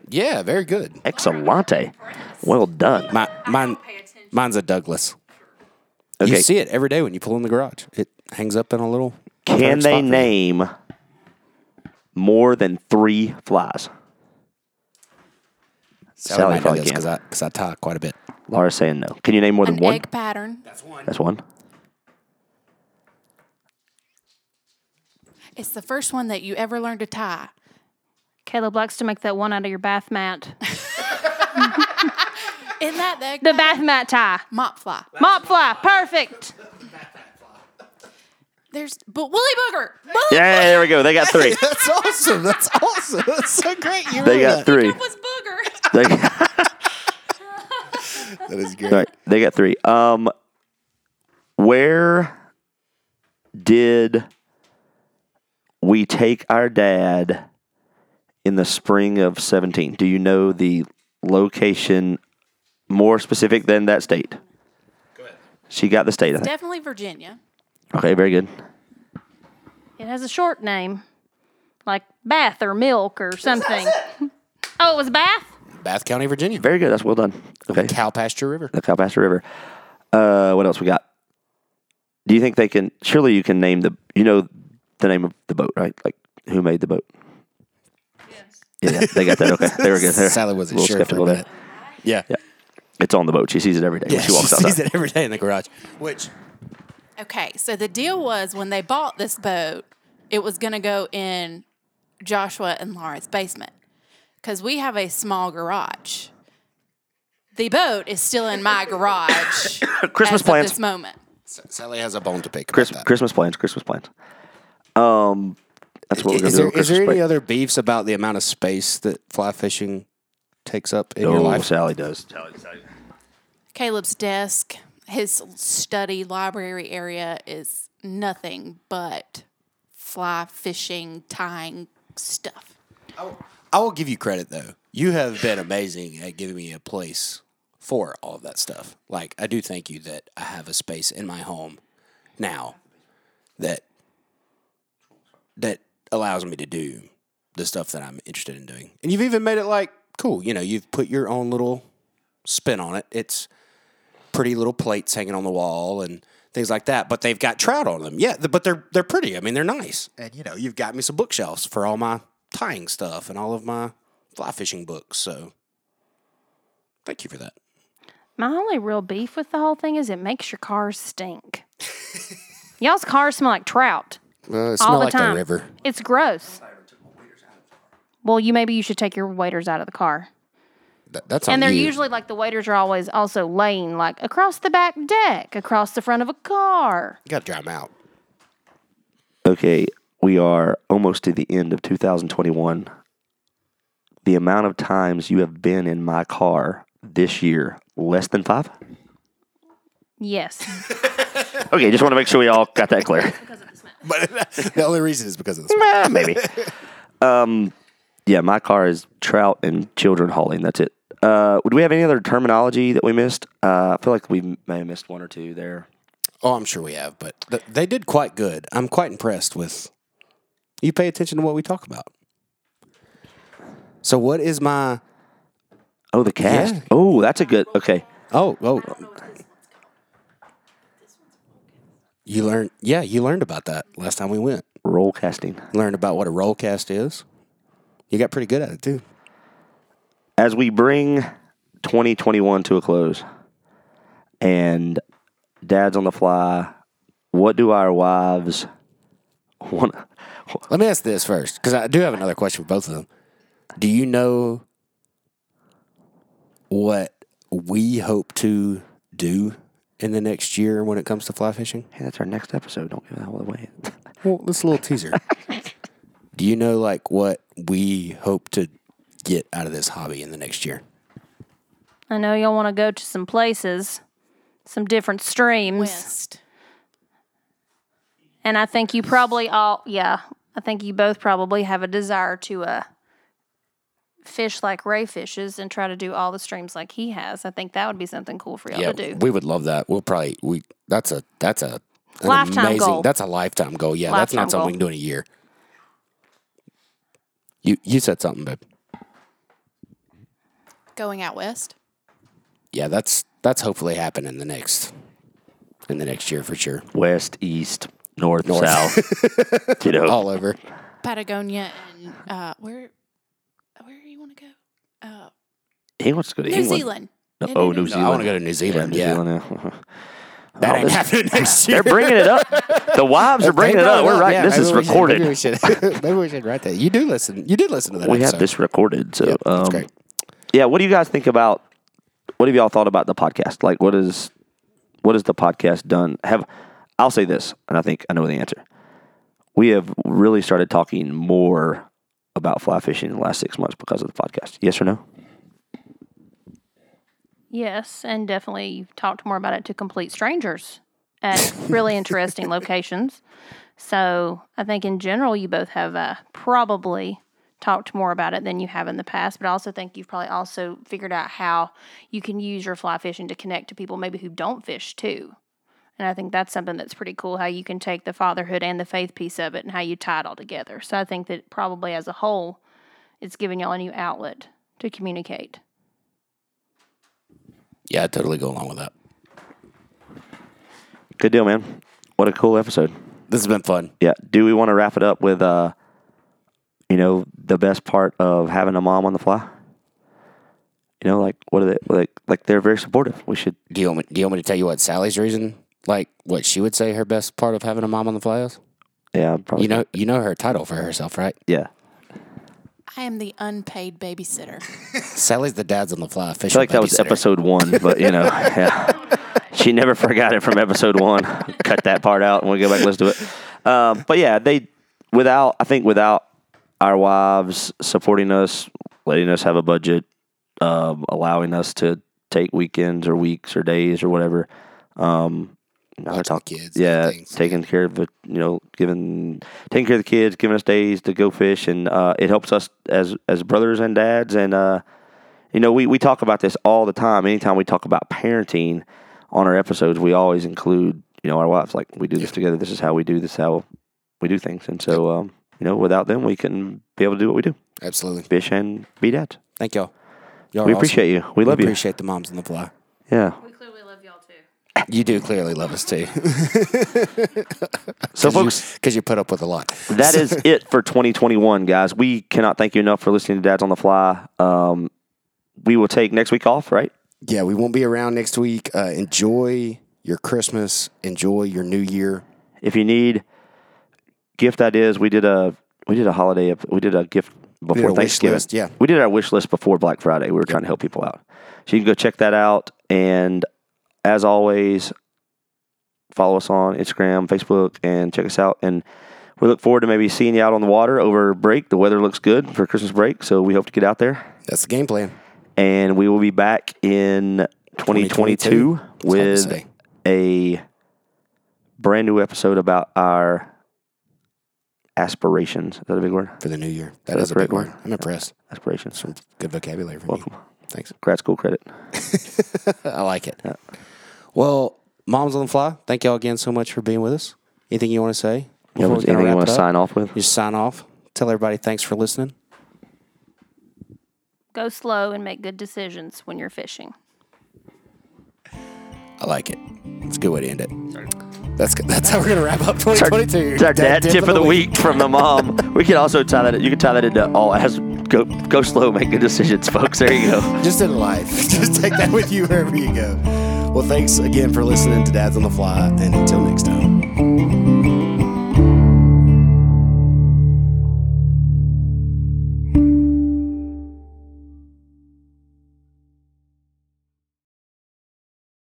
[SPEAKER 1] Yeah, very good.
[SPEAKER 2] Excellente. Well done.
[SPEAKER 1] My, mine, mine's a Douglas. You
[SPEAKER 2] Okay.
[SPEAKER 1] see it every day when you pull in the garage. It hangs up in a little.
[SPEAKER 2] Can
[SPEAKER 1] curved
[SPEAKER 2] they
[SPEAKER 1] spot for you.
[SPEAKER 2] name more than three flies? Sally probably
[SPEAKER 1] because
[SPEAKER 2] can't.
[SPEAKER 1] I, 'cause I talk quite a bit.
[SPEAKER 2] Laura's saying no. Can you name more than
[SPEAKER 3] An
[SPEAKER 2] one?
[SPEAKER 3] egg pattern.
[SPEAKER 1] *laughs*
[SPEAKER 2] That's one.
[SPEAKER 3] It's the first one that you ever learned
[SPEAKER 2] *laughs*
[SPEAKER 3] to tie.
[SPEAKER 4] Caleb likes to make that one out of your bath mat. *laughs*
[SPEAKER 3] Isn't that the, egg
[SPEAKER 4] The bath mat tie.
[SPEAKER 3] mop fly?
[SPEAKER 4] Mop fly. Perfect.
[SPEAKER 3] There's but Willy Booger. Willy
[SPEAKER 2] Yeah, there we go. They got
[SPEAKER 1] *laughs*
[SPEAKER 2] three.
[SPEAKER 1] That's awesome. That's awesome. That's so great. You
[SPEAKER 2] They
[SPEAKER 1] remember that.
[SPEAKER 2] got three.
[SPEAKER 3] was Booger. *laughs*
[SPEAKER 2] They got, all
[SPEAKER 1] That is great.
[SPEAKER 2] right, they got three. Um, where did we take our dad in the spring of seventeen? Do you know the location more specific than that state? She got the state. I think.
[SPEAKER 3] Definitely Virginia.
[SPEAKER 2] Okay, very good.
[SPEAKER 4] It has a short name, like bath or milk or something. oh, it was bath?
[SPEAKER 1] Bath County, Virginia.
[SPEAKER 2] Very good. That's well done. Okay.
[SPEAKER 1] Cow pasture river.
[SPEAKER 2] the Calpasas River. Uh, what else we got? Do you think they can? Surely you can name the. You know the name of the boat, right? Like who made the boat? Yes. Yeah, they got that. Okay, they
[SPEAKER 1] *laughs*
[SPEAKER 2] were good. They were
[SPEAKER 1] Sally wasn't
[SPEAKER 2] a little
[SPEAKER 1] sure for a
[SPEAKER 2] skeptical there.
[SPEAKER 1] minute. Yeah. yeah.
[SPEAKER 2] It's on the boat. She sees it every day
[SPEAKER 1] *laughs*
[SPEAKER 2] when she walks outside.
[SPEAKER 1] sees it every day in the garage. Which
[SPEAKER 3] Okay, so the deal was when they bought this boat, it was going to go in Joshua and Lauren's basement because we have a small garage. The boat is still in
[SPEAKER 2] *coughs*
[SPEAKER 3] my garage.
[SPEAKER 2] Christmas
[SPEAKER 3] as of
[SPEAKER 2] plans.
[SPEAKER 3] this moment.
[SPEAKER 1] Sally has a bone to pick.
[SPEAKER 2] Chris,
[SPEAKER 1] about that.
[SPEAKER 2] Christmas plans. Christmas plans. Um, that's what we're gonna
[SPEAKER 1] is
[SPEAKER 2] do.
[SPEAKER 1] there, is there
[SPEAKER 2] on Christmas
[SPEAKER 1] any
[SPEAKER 2] break.
[SPEAKER 1] other beefs about the amount of space that fly fishing takes up in your
[SPEAKER 2] Oh,
[SPEAKER 1] life?
[SPEAKER 2] Sally does. Sally, Sally.
[SPEAKER 3] Caleb's desk, his study library area is nothing but fly fishing, tying stuff.
[SPEAKER 1] I will give you credit though. You have been amazing at giving me a place for all of that stuff. Like I do thank you that I have a space in my home now that that allows me to do the stuff that I'm interested in doing. And you've even made it like cool, you know, you've put your own little spin on it. It's pretty little plates hanging on the wall and things like that, but they've got trout on them. Yeah, th- but they're they're pretty. I mean, they're nice. And you know, you've got me some bookshelves for all my tying stuff and all of my fly fishing books. So thank you for that.
[SPEAKER 4] My only real beef with the whole thing is it makes your cars stink. *laughs* Y'all's cars smell like trout.
[SPEAKER 1] Well, it
[SPEAKER 4] All the time.
[SPEAKER 1] the river.
[SPEAKER 4] It's gross. Well, you maybe you should take your waiters out of the car.
[SPEAKER 1] that's
[SPEAKER 4] And they're usually like the waiters are always also laying like across the back deck, across the front of a car.
[SPEAKER 1] got to dry them out.
[SPEAKER 2] Okay, we are almost to the end of 2021. The amount of times you have been in my car this year, less than five?
[SPEAKER 4] Yes. *laughs*
[SPEAKER 2] Okay, just want to make sure we all got that *laughs* clear.
[SPEAKER 1] But *laughs* the only reason is because of this.
[SPEAKER 2] Ah, Maybe. Um, yeah, my car is trout and children hauling. That's it. Uh, do we have any other terminology that we missed? Uh, I feel like we may have missed one or two there.
[SPEAKER 1] Oh, I'm sure we have, but th- they did quite good. I'm quite impressed with you pay attention to what we talk about. So what is my
[SPEAKER 2] Oh, the cast.
[SPEAKER 1] Yeah.
[SPEAKER 2] Oh, that's a good. Okay.
[SPEAKER 1] Oh, oh. You learned, yeah, you learned about that last time we went.
[SPEAKER 2] Roll casting.
[SPEAKER 1] Learned about what a roll cast is. You got pretty good at it too.
[SPEAKER 2] as we bring 2021 to a close and dad's on the fly what do our wives want
[SPEAKER 1] Let me ask this first, because I do have another question for both of them. Do you know what we hope to do in the next year when it comes to fly fishing?
[SPEAKER 2] hey that's our next episode don't give that all away
[SPEAKER 1] Well, this little teaser. *laughs* do you know like what we hope to get out of this hobby in the next year?
[SPEAKER 4] I know y'all want to go to some places, some different streams.
[SPEAKER 3] West.
[SPEAKER 4] And I think you probably all, yeah, I think you both probably have a desire to uh, fish like Ray fishes and try to do all the streams like he has. I think that would be something cool for y'all to do.
[SPEAKER 1] we would love that. We'll probably we that's a that's a an
[SPEAKER 4] Lifetime
[SPEAKER 1] amazing,
[SPEAKER 4] goal.
[SPEAKER 1] That's a lifetime goal. Yeah, that's
[SPEAKER 4] Lifetime
[SPEAKER 1] not something
[SPEAKER 4] goal.
[SPEAKER 1] we can do in a year. You you said something, babe.
[SPEAKER 3] Going out west.
[SPEAKER 1] Yeah, that's that's hopefully happening in the next in the next year for sure.
[SPEAKER 2] west east north, *laughs* Oh. south you know
[SPEAKER 1] *laughs* All over.
[SPEAKER 3] Patagonia and uh, where where do you want to go? Uh,
[SPEAKER 2] England. Let's go to
[SPEAKER 3] New
[SPEAKER 2] England.
[SPEAKER 3] Zealand.
[SPEAKER 2] No, oh, *laughs* New
[SPEAKER 3] No,
[SPEAKER 1] No, I want to
[SPEAKER 2] Zealand.
[SPEAKER 1] go to New Zealand.
[SPEAKER 2] New
[SPEAKER 1] Yeah,
[SPEAKER 2] Zealand, *laughs* yeah.
[SPEAKER 1] that
[SPEAKER 2] Oh,
[SPEAKER 1] ain't
[SPEAKER 2] this- *laughs*
[SPEAKER 1] happening next year.
[SPEAKER 2] They're
[SPEAKER 1] *laughs*
[SPEAKER 2] bringing it up. The wives are bringing it up. We're right. this is
[SPEAKER 1] Maybe we,
[SPEAKER 2] recorded.
[SPEAKER 1] should, *laughs* maybe we should write that. You do listen. You did listen to that.
[SPEAKER 2] We have
[SPEAKER 1] episode.
[SPEAKER 2] this recorded. So, um,
[SPEAKER 1] That's great.
[SPEAKER 2] yeah. What do you guys think about? What have y'all thought about the podcast? Like, what is, what has the podcast done? Have I'll say this, and I think I know the answer. We have really started talking more about fly fishing in the last six months because of the podcast. Yes or no?
[SPEAKER 4] Yes, and definitely you've talked more about it to complete strangers at really interesting locations. So I think in general you both have uh, probably talked more about it than you have in the past, but I also think you've probably also figured out how you can use your fly fishing to connect to people maybe who don't fish too. And I think that's something that's pretty cool how you can take the fatherhood and the faith piece of it and how you tie it all together. So I think that probably as a whole, it's given y'all a new outlet to communicate.
[SPEAKER 1] Yeah, I totally go along with that.
[SPEAKER 2] Good deal, man. What a cool episode.
[SPEAKER 1] This has been fun.
[SPEAKER 2] Yeah. Do we want to wrap it up with, uh, you know, the best part of having a mom on the fly? You know, like what are they like? Like they're very supportive. We should.
[SPEAKER 1] Do you want me, do you want me to tell you what Sally's reason, like what she would say her best part of having a mom on the fly is?
[SPEAKER 2] Yeah, I'd probably.
[SPEAKER 1] You know, you know her title for herself, right?
[SPEAKER 2] Yeah.
[SPEAKER 3] I am the unpaid babysitter.
[SPEAKER 1] Sally's the dad's on the fly
[SPEAKER 2] I
[SPEAKER 1] official.
[SPEAKER 2] feel like that was
[SPEAKER 1] babysitter.
[SPEAKER 2] episode one, but you know, yeah. she never forgot it from episode one. Cut that part out, and we'll go back and listen to it. Um, but yeah, they without I think without our wives supporting us, letting us have a budget, um, allowing us to take weekends or weeks or days or whatever. Um,
[SPEAKER 1] Watch the kids. and
[SPEAKER 2] yeah,
[SPEAKER 1] things.
[SPEAKER 2] taking care of the you know, giving taking care of the kids, giving us days to go fish, and uh, it helps us as as brothers and dads. And uh, you know, we we talk about this all the time. Anytime we talk about parenting on our episodes, we always include you know our wives. Like we do this together. This is how we do this. is How we do things. And so um, you know, without them, we couldn't be able to do what we do:
[SPEAKER 1] Absolutely.
[SPEAKER 2] fish and be dads.
[SPEAKER 1] Thank y'all. Y'all
[SPEAKER 2] We
[SPEAKER 1] are
[SPEAKER 2] appreciate you. We love
[SPEAKER 1] we
[SPEAKER 2] you.
[SPEAKER 1] Appreciate the moms on the fly.
[SPEAKER 2] Yeah.
[SPEAKER 4] We clearly love y'all too.
[SPEAKER 1] You do clearly love us too. *laughs*
[SPEAKER 2] So folks.
[SPEAKER 1] because you put up with a lot.
[SPEAKER 2] that is
[SPEAKER 1] *laughs*
[SPEAKER 2] it for 2021, guys. We cannot thank you enough for listening to Dads on the Fly. Um, we will take next week off, right?
[SPEAKER 1] Yeah, we won't be around next week. Uh, enjoy your Christmas. Enjoy your New Year.
[SPEAKER 2] If you need gift ideas, we did a we did a holiday ep- we did a gift
[SPEAKER 1] a
[SPEAKER 2] before
[SPEAKER 1] wish
[SPEAKER 2] Thanksgiving.
[SPEAKER 1] list, yeah.
[SPEAKER 2] we did our wish list before Black Friday. We were trying to help people out, so you can go check that out. And as always, follow us on Instagram, Facebook, and check us out. And we look forward to maybe seeing you out on the water over break. The weather looks good for Christmas break, so we hope to get out there.
[SPEAKER 1] That's the game plan.
[SPEAKER 2] and we will be back in 2022
[SPEAKER 1] It's hard to
[SPEAKER 2] with
[SPEAKER 1] say.
[SPEAKER 2] a brand new episode about our aspirations. Is that a big word?
[SPEAKER 1] for the new year. that
[SPEAKER 2] that
[SPEAKER 1] is a
[SPEAKER 2] the
[SPEAKER 1] big
[SPEAKER 2] right
[SPEAKER 1] one.
[SPEAKER 2] word?
[SPEAKER 1] I'm impressed.
[SPEAKER 2] Aspirations.
[SPEAKER 1] Good vocabulary from
[SPEAKER 2] Welcome.
[SPEAKER 1] you. Thanks.
[SPEAKER 2] Grad school credit.
[SPEAKER 1] I like it. Well, moms on the fly. Thank y'all again so much for being with us. Anything you want to say?
[SPEAKER 2] You
[SPEAKER 1] before
[SPEAKER 2] know,
[SPEAKER 1] we kinda
[SPEAKER 2] anything you
[SPEAKER 1] wrap
[SPEAKER 2] want
[SPEAKER 1] it
[SPEAKER 2] to
[SPEAKER 1] up?
[SPEAKER 2] sign off with?
[SPEAKER 1] Just sign off. Tell everybody thanks for listening.
[SPEAKER 4] Go slow and make good decisions when you're fishing.
[SPEAKER 1] I like it. It's a good way to end it. That's good. That's how we're gonna wrap up 2022.
[SPEAKER 2] It's our dad, tip, of the week from the mom. *laughs* we can also tie that. You can tie that into all. As go go slow, make good decisions, folks. There you go.
[SPEAKER 1] Just in life, *laughs* just take that with you wherever you go. Well, thanks again for listening to Dads on the Fly, and until next time.